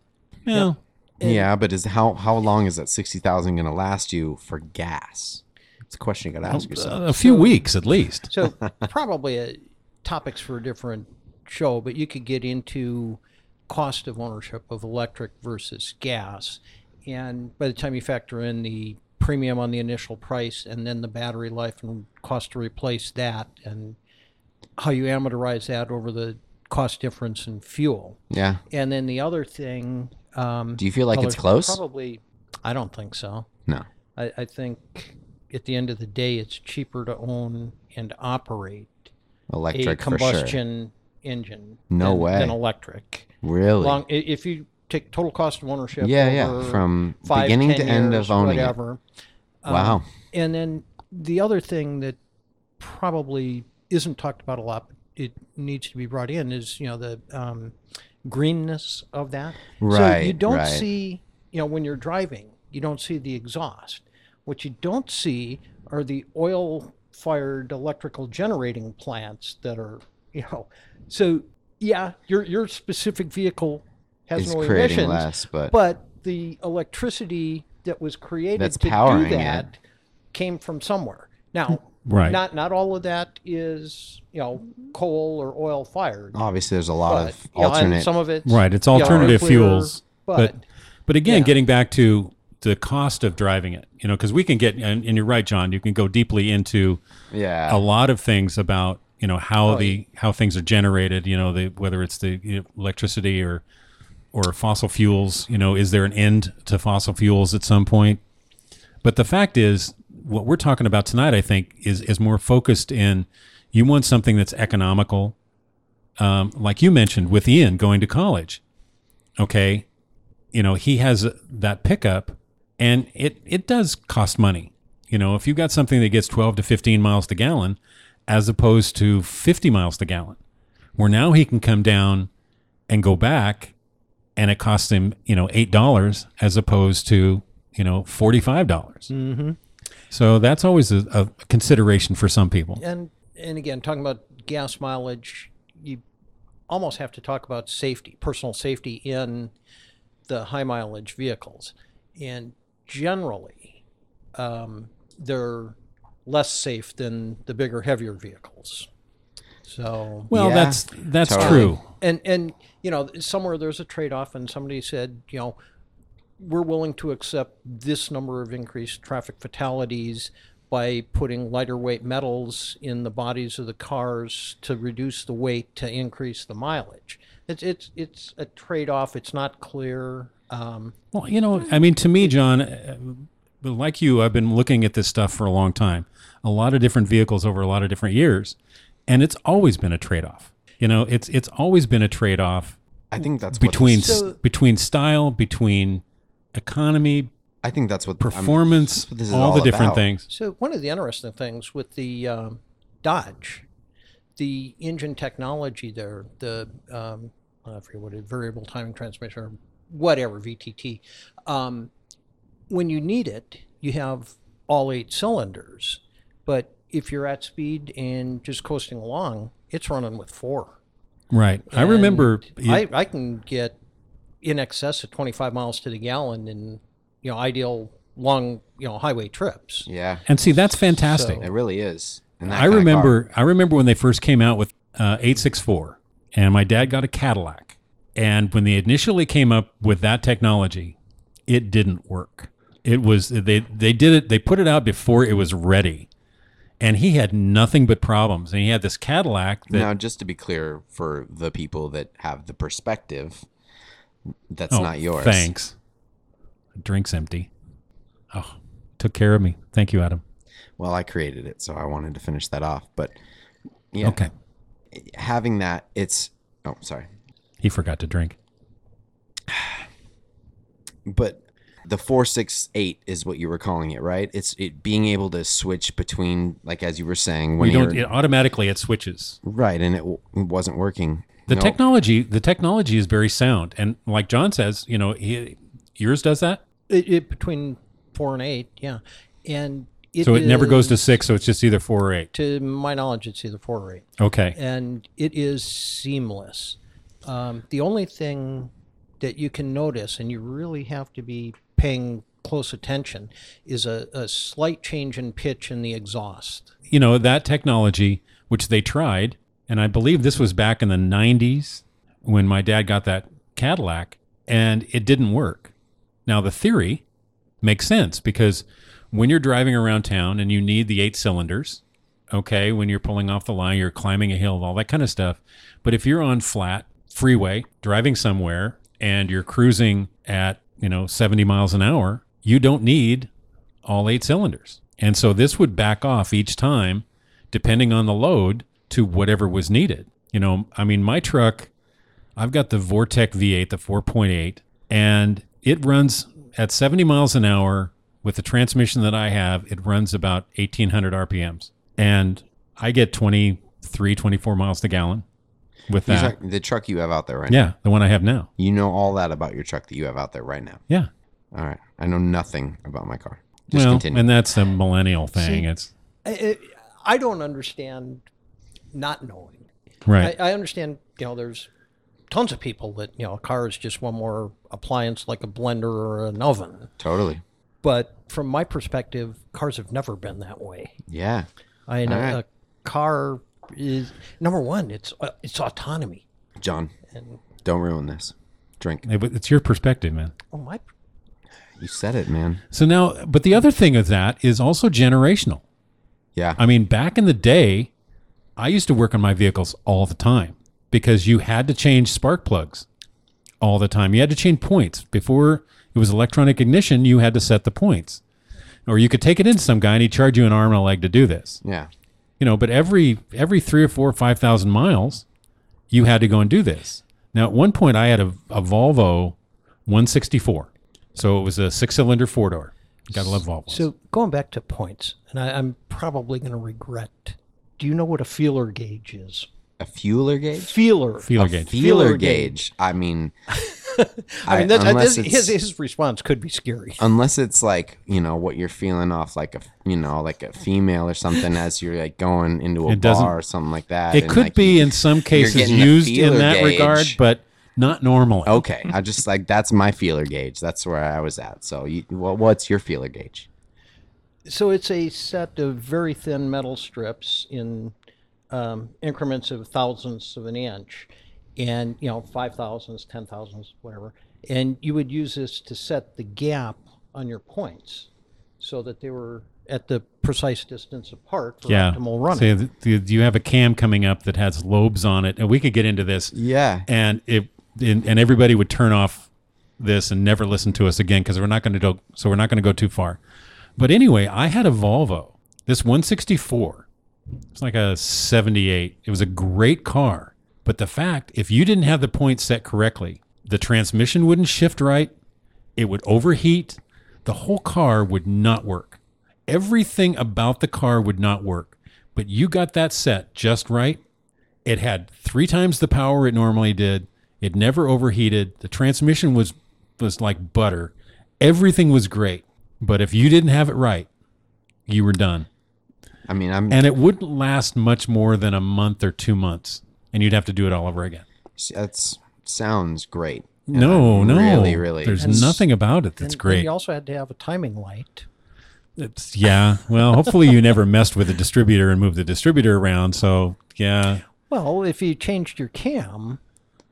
Speaker 2: Well,
Speaker 3: yeah but is how how long is that 60000 going to last you for gas it's a question you got to ask yourself
Speaker 2: a a few weeks at least.
Speaker 4: So probably uh, topics for a different show, but you could get into cost of ownership of electric versus gas, and by the time you factor in the premium on the initial price and then the battery life and cost to replace that and how you amortize that over the cost difference in fuel.
Speaker 3: yeah
Speaker 4: And then the other thing, um,
Speaker 3: do you feel like
Speaker 4: well,
Speaker 3: it's
Speaker 4: there's
Speaker 3: close
Speaker 4: Probably, I don't think so.
Speaker 3: no
Speaker 4: I, I think at the end of the day, it's cheaper to own and operate a
Speaker 3: electric for sure
Speaker 4: combustion engine
Speaker 3: No
Speaker 4: than,
Speaker 3: way.
Speaker 4: than electric.
Speaker 3: really
Speaker 4: Long i- if you take total cost of ownership.
Speaker 3: yeah yeah
Speaker 4: over
Speaker 3: from
Speaker 4: five,
Speaker 3: beginning
Speaker 4: 10
Speaker 3: to end
Speaker 4: years,
Speaker 3: of owning
Speaker 4: whatever. Um,
Speaker 3: it wow
Speaker 4: And then the other thing that probably isn't talked about a lot, but it needs to be brought in, is you know the um, greenness of that. So you
Speaker 3: Right,
Speaker 4: don't
Speaker 3: right.
Speaker 4: see, you know, when you're driving, you don't see the exhaust. What you don't see are the oil fired electrical generating plants that are, you know, so yeah, your your specific vehicle has
Speaker 3: It's
Speaker 4: no
Speaker 3: creating
Speaker 4: emissions,
Speaker 3: less, but-
Speaker 4: the electricity that was created
Speaker 3: That's
Speaker 4: to
Speaker 3: powering
Speaker 4: do
Speaker 3: it.
Speaker 4: that came from somewhere. Now,
Speaker 2: Right.
Speaker 4: not not all of that is, you know, coal or oil fired.
Speaker 3: Obviously, there's a lot
Speaker 4: but,
Speaker 3: of
Speaker 4: you know, and
Speaker 3: alternate.
Speaker 4: some of it
Speaker 2: Right, it's alternative fuels,
Speaker 4: but,
Speaker 2: but but again,
Speaker 4: yeah.
Speaker 2: getting back to the cost of driving it, you know, because we can get and, and you're right, John. You can go deeply into
Speaker 3: yeah.
Speaker 2: a lot of things about you know how the how things are generated. You know, the whether it's the you know, electricity or or fossil fuels. You know, is there an end to fossil fuels at some point? But the fact is, what we're talking about tonight, I think, is is more focused in. You want something that's economical, um, like you mentioned with Ian going to college. Okay, you know he has that pickup, and it it does cost money. You know, if you got something that gets twelve to fifteen miles to gallon, as opposed to fifty miles to gallon, where now he can come down and go back, and it costs him you know eight dollars as opposed to you know forty five dollars. Mm-hmm. So that's always a, a consideration for some people.
Speaker 4: and and again talking about gas mileage you almost have to talk about safety personal safety in the high mileage vehicles and generally um, they're less safe than the bigger heavier vehicles so
Speaker 2: Well,
Speaker 3: Yeah,
Speaker 2: that's that's
Speaker 3: totally.
Speaker 2: true.
Speaker 4: and and you know somewhere there's a trade-off and somebody said you know we're willing to accept this number of increased traffic fatalities by putting lighter weight metals in the bodies of the cars to reduce the weight to increase the mileage it's it's it's a trade-off it's not clear um,
Speaker 2: Well, you know, I mean, to me, John, uh, but like you, I've been looking at this stuff for a long time, a lot of different vehicles over a lot of different years, and it's always been a trade-off. You know, it's it's always been a trade-off
Speaker 3: I think that's what
Speaker 2: between
Speaker 3: this-
Speaker 2: s- between style, between economy,
Speaker 3: I think that's what I'm-
Speaker 2: performance,
Speaker 3: what this is
Speaker 2: all,
Speaker 3: all
Speaker 2: the different
Speaker 3: about.
Speaker 2: things.
Speaker 4: So one of the interesting things with the um, Dodge, the engine technology there, the um, I forget what it, variable timing transmission or whatever VTT, um, when you need it, you have all eight cylinders, but if you're at speed and just coasting along, it's running with four.
Speaker 2: Right. I remember.
Speaker 4: And I, I can get in excess of 25 miles to the gallon in you know ideal long you know highway trips.
Speaker 3: Yeah,
Speaker 2: and see, that's fantastic.
Speaker 3: it really is. And that
Speaker 2: I
Speaker 3: kinda car.
Speaker 2: remember I remember when they first came out with uh, 864 and my dad got a Cadillac and when they initially came up with that technology it didn't work it was they they did it they put it out before it was ready and he had nothing but problems and he had this Cadillac that
Speaker 3: now, just to be clear for the people that have the perspective, that's
Speaker 2: Oh,
Speaker 3: not yours.
Speaker 2: thanks drink's empty oh took care of me thank you Adam
Speaker 3: Well, I created it, so I wanted to finish that off. But yeah,
Speaker 2: okay
Speaker 3: having that, it's oh, sorry,
Speaker 2: he forgot to drink
Speaker 3: but the four six eight is what you were calling it, right? It's it being able to switch between, like as you were saying, when
Speaker 2: you
Speaker 3: you
Speaker 2: don't
Speaker 3: are
Speaker 2: it automatically it switches
Speaker 3: right, and it, w- wasn't working.
Speaker 2: The
Speaker 3: No,
Speaker 2: technology, the technology is very sound, and like John says, you know, he, yours does that,
Speaker 4: It, it between four and eight, yeah, and it
Speaker 2: so it never goes to
Speaker 4: is-
Speaker 2: six, so it's just either four or eight.
Speaker 4: To my knowledge, it's either four or eight,
Speaker 2: Okay,
Speaker 4: and it is seamless. Um, the only thing that you can notice, and you really have to be paying close attention, is a, a slight change in pitch in the exhaust.
Speaker 2: you know that technology, which they tried, and I believe this was back in the '90s when my dad got that Cadillac, and it didn't work. Now the theory makes sense because when you're driving around town and you need the eight cylinders, okay, when you're pulling off the line, you're climbing a hill, all that kind of stuff. But if you're on flat freeway driving somewhere and you're cruising at, you know, 70 miles an hour, you don't need all eight cylinders. And so this would back off each time depending on the load to whatever was needed. You know, I mean, my truck, I've got the Vortec V8, the 4.8, and it runs at 70 miles an hour with the transmission that I have. It runs about 1800 RPMs, and I get 23, 24 miles to gallon with
Speaker 3: you're
Speaker 2: that.
Speaker 3: talking- the truck you have out there right now.
Speaker 2: yeah, the one I have now.
Speaker 3: You know all that about your truck that you have out there right now.
Speaker 2: Yeah.
Speaker 3: All right, I know nothing about my car. Just
Speaker 2: well,
Speaker 3: continue.
Speaker 2: and that's a millennial thing. it's
Speaker 4: I, I- I don't understand not knowing.
Speaker 2: Right.
Speaker 4: I, I understand, you know, there's tons of people that, you know, a car is just one more appliance like a blender or an oven.
Speaker 3: Totally.
Speaker 4: But from my perspective, cars have never been that way.
Speaker 3: Yeah.
Speaker 4: I know
Speaker 3: Alright.
Speaker 4: a car is number one. It's uh, it's autonomy.
Speaker 3: John, don't ruin this. Drink.
Speaker 2: Hey, but it's your perspective, man.
Speaker 4: Oh my!
Speaker 3: You said it, man.
Speaker 2: So now, but the other thing of that is also generational.
Speaker 3: Yeah.
Speaker 2: I mean, back in the day, I used to work on my vehicles all the time because you had to change spark plugs all the time. You had to change points. Before it was electronic ignition, you had to set the points. Or you could take it into some guy and he'd charge you an arm and a leg to do this.
Speaker 3: yeah.
Speaker 2: You know, but every every three or four or five thousand miles, you had to go and do this. Now at one point I had a, a Volvo one sixty four. So it was a six cylinder four door. Gotta love Volvos.
Speaker 4: So going back to points, and I, I'm probably going to regret. Do you know what a feeler gauge is?
Speaker 3: A fueler gauge?
Speaker 4: Feeler.
Speaker 2: feeler gauge.
Speaker 3: Feeler
Speaker 4: Feeler
Speaker 3: gauge. I mean,
Speaker 4: I mean,
Speaker 3: I-
Speaker 4: that's,
Speaker 3: unless
Speaker 4: his-
Speaker 3: it's-
Speaker 4: his his response could be scary.
Speaker 3: unless it's like you know what you're feeling off like a you know like a female or something as you're like going into a
Speaker 2: It doesn't-
Speaker 3: bar or something like that.
Speaker 2: It
Speaker 3: and,
Speaker 2: could
Speaker 3: like,
Speaker 2: be
Speaker 3: you-
Speaker 2: in some cases
Speaker 3: getting a
Speaker 2: used in
Speaker 3: feeler
Speaker 2: that
Speaker 3: gauge.
Speaker 2: regard, but not normally.
Speaker 3: okay. I just like that's my feeler gauge. That's where I was at. So you, well, what's your feeler gauge?
Speaker 4: So it's a set of very thin metal strips in um, increments of thousandths of an inch, and you know five thousandths, ten thousandths, whatever. And you would use this to set the gap on your points, so that they were at the precise distance apart for
Speaker 2: Yeah.
Speaker 4: optimal running.
Speaker 2: Say th- th- you have a cam coming up that has lobes on it, and we could get into this,
Speaker 3: Yeah.
Speaker 2: and it and, and everybody would turn off this and never listen to us again because we're not going to go. So we're not going to go too far. But anyway, I had a Volvo, this 164. It's like a 78. It was a great car, but the fact if you didn't have the point set correctly, the transmission wouldn't shift right. it would overheat the whole car would not work everything about the car would not work but you got that set just right it had three times the power it normally did it never overheated the transmission was was like butter everything was great but if you didn't have it right you were done
Speaker 3: I mean, I'm
Speaker 2: and it wouldn't last much more than a month or two months and you'd have to do it all over again
Speaker 3: that's sounds great. And
Speaker 2: no
Speaker 3: I'm
Speaker 2: no
Speaker 3: really, really.
Speaker 2: there's
Speaker 4: And s-
Speaker 2: nothing about it that's
Speaker 4: And-
Speaker 2: great
Speaker 4: And you also had to have a timing light.
Speaker 2: It's, yeah. Well, hopefully you never messed with the distributor and moved the distributor around. So yeah.
Speaker 4: Well, if you changed your cam,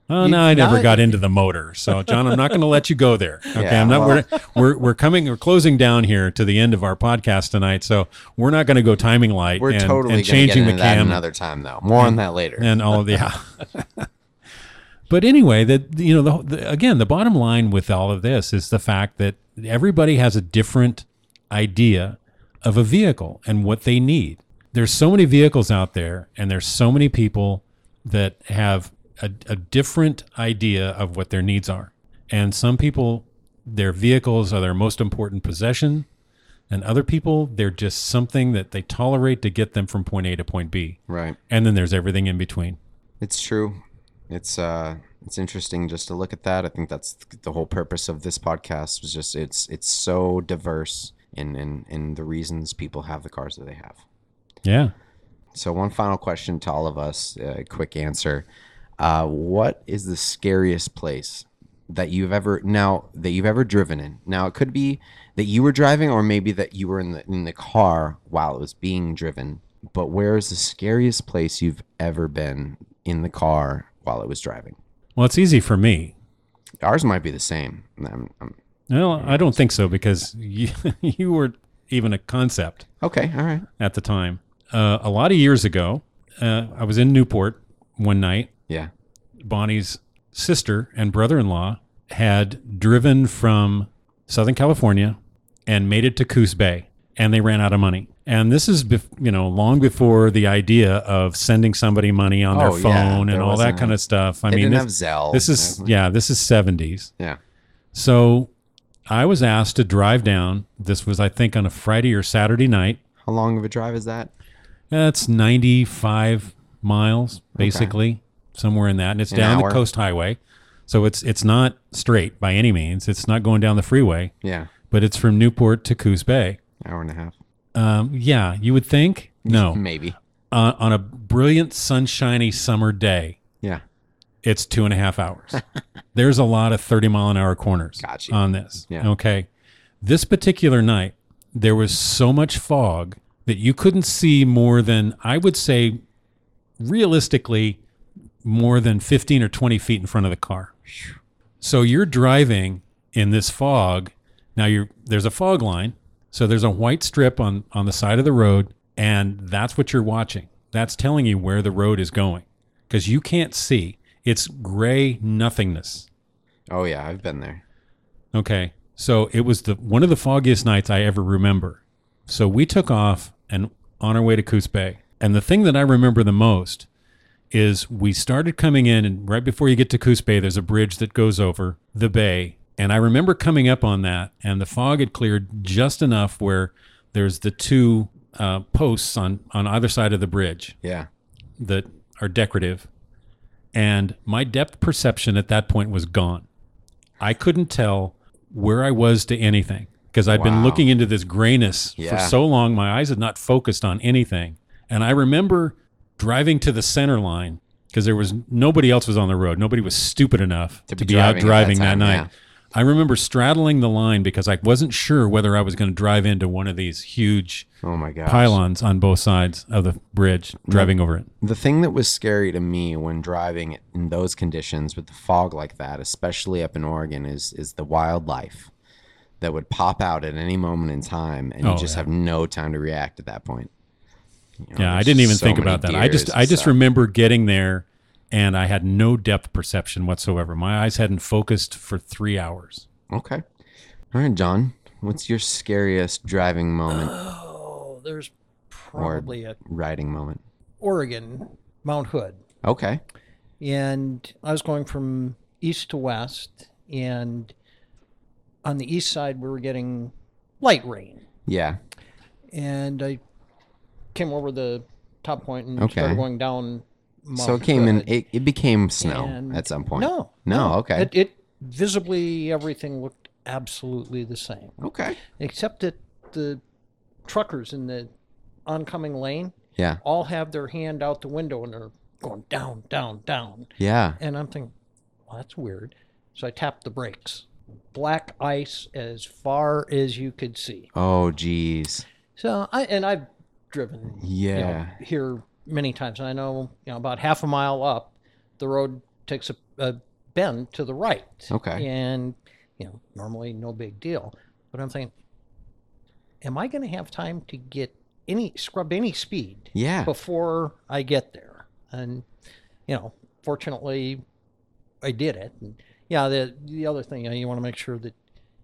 Speaker 2: Oh
Speaker 4: You-
Speaker 2: no, I never
Speaker 4: now-
Speaker 2: got into the motor. So John, I'm not going to let you go there. Okay,
Speaker 3: Yeah,
Speaker 2: I'm not. we're, we're we're coming. We're closing down here to the end of our podcast tonight. So we're not going to go timing light.
Speaker 3: We're
Speaker 2: and,
Speaker 3: totally
Speaker 2: and
Speaker 3: gonna
Speaker 2: changing
Speaker 3: get into
Speaker 2: the
Speaker 3: that
Speaker 2: cam
Speaker 3: another time though. More on that later.
Speaker 2: and all of the. Yeah. but anyway, that you know, the, the, again, the bottom line with all of this is the fact that everybody has a different idea of a vehicle and what they need. There's so many vehicles out there, and there's so many people that have a, a different idea of what their needs are. And some people, their vehicles are their most important possession. And other people, they're just something that they tolerate to get them from point A to point B
Speaker 3: right.
Speaker 2: and then there's everything in between.
Speaker 3: It's true. It's uh it's interesting just to look at that. I think that's th- the whole purpose of this podcast was just it's it's so diverse in in in the reasons people have the cars that they have.
Speaker 2: Yeah.
Speaker 3: So one final question to all of us, a quick answer. Uh what is the scariest place that you've ever now that you've ever driven in? Now it could be that you were driving or maybe that you were in the in the car while it was being driven. But where is the scariest place you've ever been in the car while it was driving?
Speaker 2: Well, it's easy for me.
Speaker 3: Ours might be the same. Um, um,
Speaker 2: Well, I don't think so because you, you were even a concept
Speaker 3: okay, all right.
Speaker 2: at the time. Uh, a lot of years ago, uh, I was in Newport one night.
Speaker 3: Yeah.
Speaker 2: Bonnie's sister and brother in law had driven from Southern California and made it to Coos Bay, and they ran out of money. And this is, bef- you know, long before the idea of sending somebody money on their
Speaker 3: Oh, yeah.
Speaker 2: phone
Speaker 3: There
Speaker 2: and all that
Speaker 3: wasn't-
Speaker 2: kind of stuff. I
Speaker 3: I
Speaker 2: mean,
Speaker 3: didn't
Speaker 2: this-
Speaker 3: have Zell.
Speaker 2: This is yeah, this is 70s.
Speaker 3: Yeah.
Speaker 2: So I was asked to drive down. This was I think on a Friday or Saturday night.
Speaker 3: How long of a drive is that?
Speaker 2: That's 95 miles basically, somewhere in that and it's
Speaker 3: An
Speaker 2: down
Speaker 3: hour.
Speaker 2: the coast highway. So it's it's not straight by any means. It's not going down the freeway,
Speaker 3: Yeah.
Speaker 2: but it's from Newport to Coos Bay.
Speaker 3: Hour and a half.
Speaker 2: Um, yeah, you would think No.
Speaker 3: Maybe.
Speaker 2: Uh, on a brilliant, sunshiny summer day,
Speaker 3: Yeah.
Speaker 2: it's two and a half hours. There's a lot of 30 mile an hour corners
Speaker 3: Gotcha.
Speaker 2: on this.
Speaker 3: Yeah.
Speaker 2: Okay. This particular night, there was so much fog that you couldn't see more than, I would say, realistically, more than 15 or 20 feet in front of the car. So you're driving in this fog. Now you're there's a fog line. So there's a white strip on on the side of the road and that's what you're watching. That's telling you where the road is going cuz you can't see. It's gray nothingness.
Speaker 3: Oh yeah, I've been there.
Speaker 2: Okay. So it was the one of the foggiest nights I ever remember. So we took off and on our way to Coos Bay. And the thing that I remember the most is we started coming in and right before you get to Coos Bay, there's a bridge that goes over the bay. And I remember coming up on that and the fog had cleared just enough where there's the two uh, posts on, on either side of the bridge
Speaker 3: Yeah.
Speaker 2: that are decorative. And my depth perception at that point was gone. I couldn't tell where I was to anything because I've been
Speaker 3: Wow.
Speaker 2: looking into this grayness for
Speaker 3: Yeah.
Speaker 2: so long. My eyes had not focused on anything. And I remember driving to the center line because there was nobody else was on the road. Nobody was stupid enough to,
Speaker 3: be
Speaker 2: be out driving
Speaker 3: driving at that
Speaker 2: that,
Speaker 3: time,
Speaker 2: night.
Speaker 3: yeah.
Speaker 2: I remember straddling the line because I wasn't sure whether I was going to drive into one of these huge
Speaker 3: Oh my god.
Speaker 2: pylons on both sides of the bridge,
Speaker 3: Mm.
Speaker 2: driving over it.
Speaker 3: The thing that was scary to me when driving in those conditions with the fog like that, especially up in Oregon, is is the wildlife that would pop out at any moment in time, and
Speaker 2: Oh,
Speaker 3: you just
Speaker 2: yeah.
Speaker 3: have no time to react at that point. You know,
Speaker 2: Yeah, I
Speaker 3: Oh, there's
Speaker 2: didn't
Speaker 3: just
Speaker 2: even
Speaker 3: so
Speaker 2: think
Speaker 3: many
Speaker 2: about that. I
Speaker 3: deers
Speaker 2: just
Speaker 3: and
Speaker 2: I just
Speaker 3: stuff.
Speaker 2: remember getting there and I had no depth perception whatsoever. My eyes hadn't focused for 3 hours.
Speaker 3: Okay, all right, John. What's your scariest driving moment,
Speaker 4: Oh, there's probably a
Speaker 3: riding moment?
Speaker 4: Oregon, Mount Hood.
Speaker 3: Okay,
Speaker 4: and I was going from east to west, and on the east side we were getting light rain,
Speaker 3: yeah,
Speaker 4: and I came over the top point and
Speaker 3: Okay.
Speaker 4: started going down.
Speaker 3: so it
Speaker 4: Mount
Speaker 3: came in.
Speaker 4: Hood,
Speaker 3: It, it became snow
Speaker 4: and-
Speaker 3: at some point.
Speaker 4: No,
Speaker 3: no, okay,
Speaker 4: It, it visibly everything looked absolutely the same,
Speaker 3: okay,
Speaker 4: except that the truckers in the oncoming lane
Speaker 3: yeah,
Speaker 4: all have their hand out the window and they're going down, down, down.
Speaker 3: yeah.
Speaker 4: And I'm thinking, well, that's weird. So I tapped the brakes. Black ice as far as you could see.
Speaker 3: Oh, geez,
Speaker 4: So I and I've driven you know,
Speaker 3: yeah.
Speaker 4: here many times. I know you know about half a mile up, the road takes a, a bend to the right.
Speaker 3: Okay.
Speaker 4: And you know normally no big deal, but I'm thinking, am I going to have time to get any scrub any speed?
Speaker 3: Yeah.
Speaker 4: before I get there. And you know, fortunately, I did it. And yeah, the the other thing you, know, you want to make sure that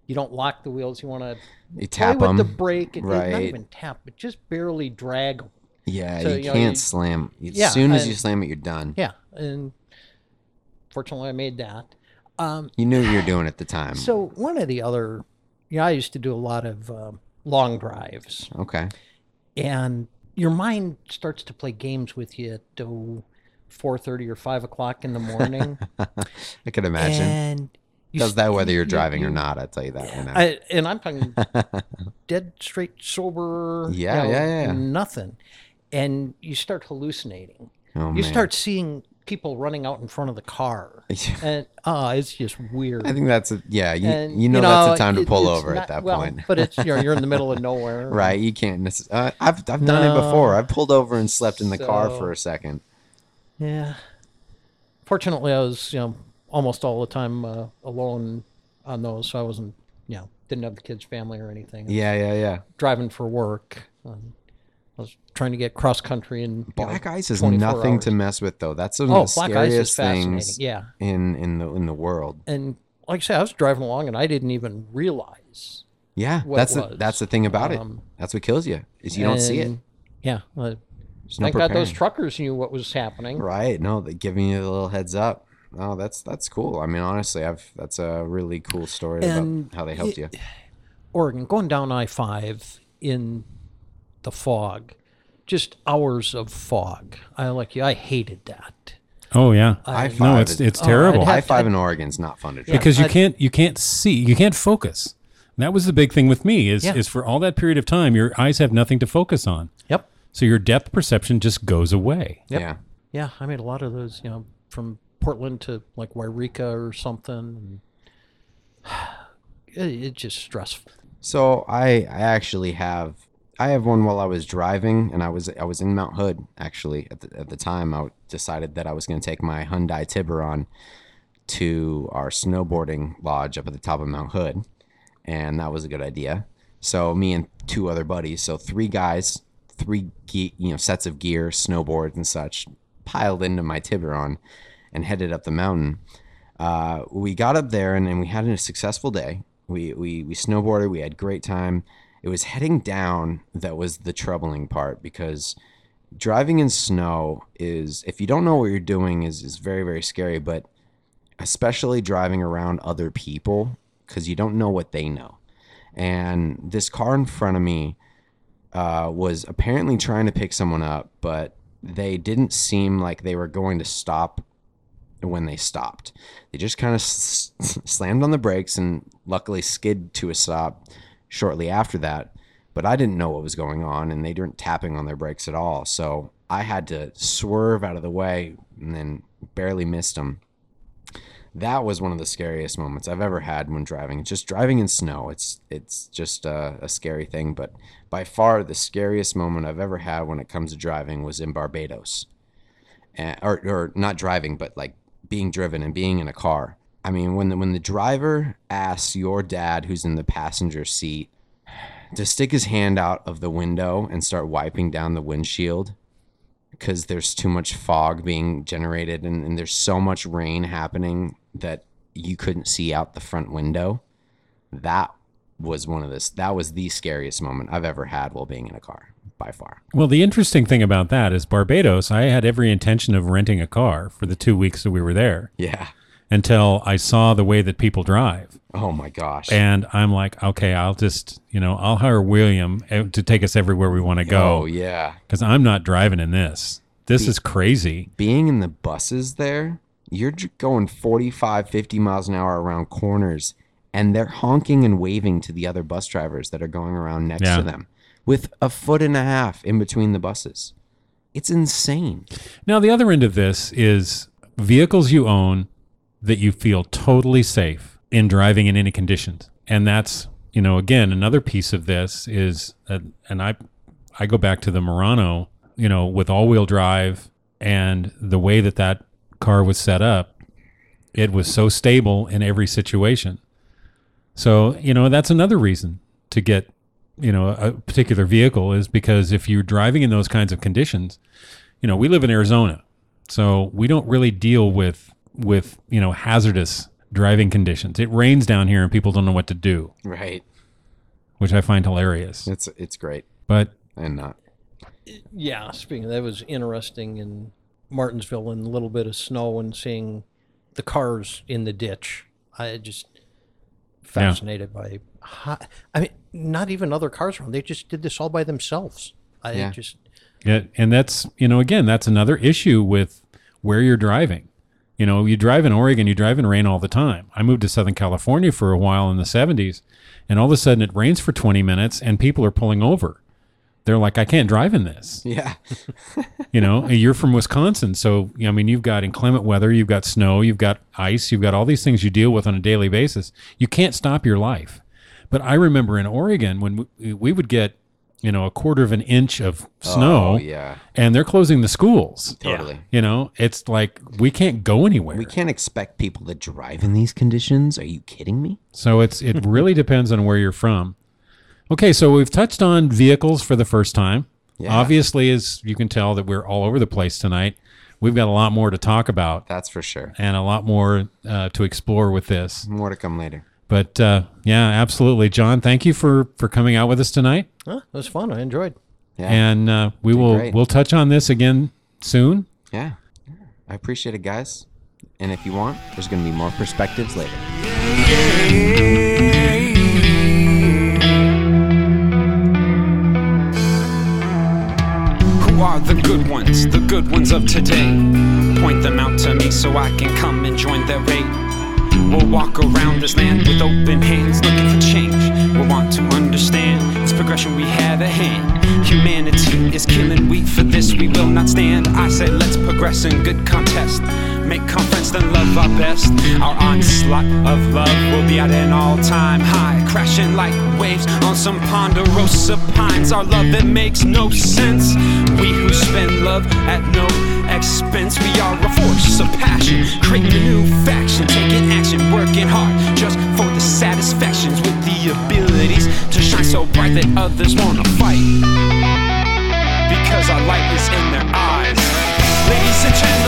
Speaker 4: you don't lock the wheels. You want to
Speaker 3: You tap
Speaker 4: play
Speaker 3: them.
Speaker 4: with the brake, and and not
Speaker 3: Right.
Speaker 4: even tap, but just barely drag 'em.
Speaker 3: yeah,
Speaker 4: so,
Speaker 3: you,
Speaker 4: you know,
Speaker 3: can't
Speaker 4: you-
Speaker 3: slam. As
Speaker 4: Yeah,
Speaker 3: soon as you
Speaker 4: and-
Speaker 3: slam it, you're done.
Speaker 4: Yeah, and fortunately, I made that. Um,
Speaker 3: You knew what you were doing at the time.
Speaker 4: so one of the other, yeah, I used to do a lot of um, long drives,
Speaker 3: okay.
Speaker 4: and your mind starts to play games with you till four thirty or five o'clock in the morning.
Speaker 3: I could imagine.
Speaker 4: And you
Speaker 3: Does
Speaker 4: s-
Speaker 3: that whether you're
Speaker 4: you-
Speaker 3: driving or
Speaker 4: you-
Speaker 3: not? I'll tell you that. right now.
Speaker 4: I, and I'm talking dead straight sober. you
Speaker 3: Yeah, yeah, yeah, yeah.
Speaker 4: Nothing. And you start hallucinating.
Speaker 3: oh,
Speaker 4: you
Speaker 3: man.
Speaker 4: start seeing people running out in front of the car. And ah, it's just weird.
Speaker 3: I think that's a, yeah. You,
Speaker 4: and,
Speaker 3: you know, that's a
Speaker 4: know,
Speaker 3: time to
Speaker 4: it-
Speaker 3: pull
Speaker 4: it's
Speaker 3: over
Speaker 4: not-
Speaker 3: at that
Speaker 4: well,
Speaker 3: point,
Speaker 4: But it's you know, you're in the middle of nowhere.
Speaker 3: right? You can't. Necess- uh, I've I've done it before. I pulled over and slept in the car for a second.
Speaker 4: Yeah. Fortunately, I was you know almost all the time uh, alone on those, so I wasn't you know didn't have the kids' family or anything.
Speaker 3: Yeah, yeah, yeah.
Speaker 4: driving for work. Um, I was trying to get cross country and
Speaker 3: Black ice is
Speaker 4: 24
Speaker 3: nothing to
Speaker 4: hours.
Speaker 3: mess with, though. That's one of
Speaker 4: Oh,
Speaker 3: the
Speaker 4: black ice is
Speaker 3: scariest
Speaker 4: fascinating.
Speaker 3: things
Speaker 4: Yeah,
Speaker 3: in in the in the world.
Speaker 4: and like I said, I was driving along and I didn't even realize.
Speaker 3: Yeah,
Speaker 4: what
Speaker 3: that's
Speaker 4: was.
Speaker 3: the, that's the thing about
Speaker 4: Um,
Speaker 3: it. That's what kills you is you don't see it.
Speaker 4: And, Yeah. uh,
Speaker 3: no
Speaker 4: thank God those
Speaker 3: preparing.
Speaker 4: truckers knew what was happening.
Speaker 3: Right. No, they giving you a little heads up. Oh, that's that's cool. I mean, honestly, I've that's a really cool story
Speaker 4: And
Speaker 3: about how they helped you.
Speaker 4: Oregon, going down I five in the fog, just hours of fog. I like you. I hated that.
Speaker 2: Oh yeah.
Speaker 3: I
Speaker 2: no,
Speaker 3: five
Speaker 2: it's
Speaker 3: is-
Speaker 2: it's
Speaker 4: oh, I'd
Speaker 2: terrible.
Speaker 4: have-
Speaker 3: High five in Oregon's not fun to drive.
Speaker 2: because you
Speaker 4: I'd-
Speaker 2: can't you can't see, you can't focus. And that was the big thing with me is
Speaker 4: Yeah.
Speaker 2: is for all that period of time your eyes have nothing to focus on.
Speaker 4: Yep.
Speaker 2: So your depth perception just goes away.
Speaker 4: Yep.
Speaker 3: Yeah.
Speaker 4: Yeah, I made a lot of those, you know, from Portland to like Wairika or something. It, it's just stressful.
Speaker 3: So I I actually have I have one while I was driving and I was I was in Mount Hood actually at the, at the time I decided that I was going to take my Hyundai Tiburon to our snowboarding lodge up at the top of Mount Hood and that was a good idea. So me and two other buddies, so three guys, three ge- you know sets of gear, snowboards and such piled into my Tiburon and headed up the mountain uh, we got up there and, and we had a successful day. We, we we snowboarded. We had great time. It was heading down that was the troubling part because driving in snow is if you don't know what you're doing is is very very scary. But especially driving around other people because you don't know what they know. And this car in front of me uh, was apparently trying to pick someone up, but they didn't seem like they were going to stop when they stopped. They just kind of s- s- slammed on the brakes and luckily skid to a stop shortly after that. But I didn't know what was going on and they weren't tapping on their brakes at all. So I had to swerve out of the way and then barely missed them. That was one of the scariest moments I've ever had when driving. Just driving in snow, it's it's just a, a scary thing. But by far the scariest moment I've ever had when it comes to driving was in Barbados and, or, or not driving, but like being driven and being in a car. I mean, when the, when the driver asks your dad, who's in the passenger seat, to stick his hand out of the window and start wiping down the windshield because there's too much fog being generated and, and there's so much rain happening that you couldn't see out the front window. That was one of this. That was the scariest moment I've ever had while being in a car, by far.
Speaker 2: Well, the interesting thing about that is Barbados, I had every intention of renting a car for the two weeks that we were there
Speaker 3: Yeah.
Speaker 2: until I saw the way that people drive.
Speaker 3: Oh my gosh.
Speaker 2: And I'm like, okay, I'll just, you know, I'll hire William eh, to take us everywhere we want to
Speaker 3: oh
Speaker 2: go
Speaker 3: yeah.
Speaker 2: because I'm not driving in this. This is crazy.
Speaker 3: being in the buses there, you're j- going 45, 50 miles an hour around corners, and they're honking and waving to the other bus drivers that are going around next
Speaker 2: Yeah.
Speaker 3: to them with a foot and a half in between the buses. It's insane.
Speaker 2: Now, the other end of this is vehicles you own that you feel totally safe in driving in any conditions. And that's, you know, again, another piece of this is, uh, and I, I go back to the Murano, you know, with all wheel drive and the way that that car was set up, it was so stable in every situation. So, you know, that's another reason to get, you know, a particular vehicle is because if you're driving in those kinds of conditions, you know, we live in Arizona, so we don't really deal with with you know hazardous driving conditions. It rains down here, and people don't know what to do,
Speaker 3: Right.
Speaker 2: which I find hilarious.
Speaker 3: It's it's great
Speaker 2: But
Speaker 3: and not.
Speaker 4: Yeah, speaking of that it was interesting in Martinsville and a little bit of snow and seeing the cars in the ditch. I just fascinated by how, I mean, not even other cars around. They just did this all by themselves. I
Speaker 3: Yeah.
Speaker 4: just
Speaker 2: yeah, and that's you know again that's another issue with where you're driving. You know, you drive in Oregon, you drive in rain all the time. I moved to Southern California for a while in the 70s, and all of a sudden it rains for 20 minutes, and people are pulling over. They're like, I can't drive in this.
Speaker 3: Yeah.
Speaker 2: you know and you're from wisconsin so i mean you've got inclement weather you've got snow you've got ice you've got all these things you deal with on a daily basis you can't stop your life but i remember in oregon when we, we would get you know a quarter of an inch of snow
Speaker 3: Oh yeah.
Speaker 2: and they're closing the schools
Speaker 3: Totally.
Speaker 2: you know it's like we can't go anywhere
Speaker 3: We can't expect people to drive in these conditions. Are you kidding me?
Speaker 2: so it's it really depends on where you're from okay so we've touched on vehicles for the first time
Speaker 3: Yeah.
Speaker 2: obviously as you can tell that we're all over the place tonight we've got a lot more to talk about
Speaker 3: That's for sure.
Speaker 2: and a lot more uh, to explore with this.
Speaker 3: More to come later.
Speaker 2: But uh, yeah, absolutely, John. Thank you for for coming out with us tonight,
Speaker 4: huh, it was fun. I enjoyed.
Speaker 3: Yeah.
Speaker 2: and uh, we will
Speaker 3: great.
Speaker 2: we'll touch on this again soon.
Speaker 3: yeah. I appreciate it, guys. And if you want, there's going to be more perspectives later.
Speaker 5: Who are the good ones, the good ones of today? Point them out to me so I can come and join their raid. We'll walk around this land with open hands, looking for change. We'll want to understand this progression we have at hand. Humanity is killing said, let's progress in good contest. Make conference, then love our best. Our onslaught of love will be at an all time high, crashing like waves on some ponderosa pines. Our love, it makes no sense. We who spend love at no expense, we are a force of passion. Create a new faction, taking action, working hard just for the satisfactions with the abilities to shine so bright that others wanna fight because our light is in their eyes. Ladies and gentlemen.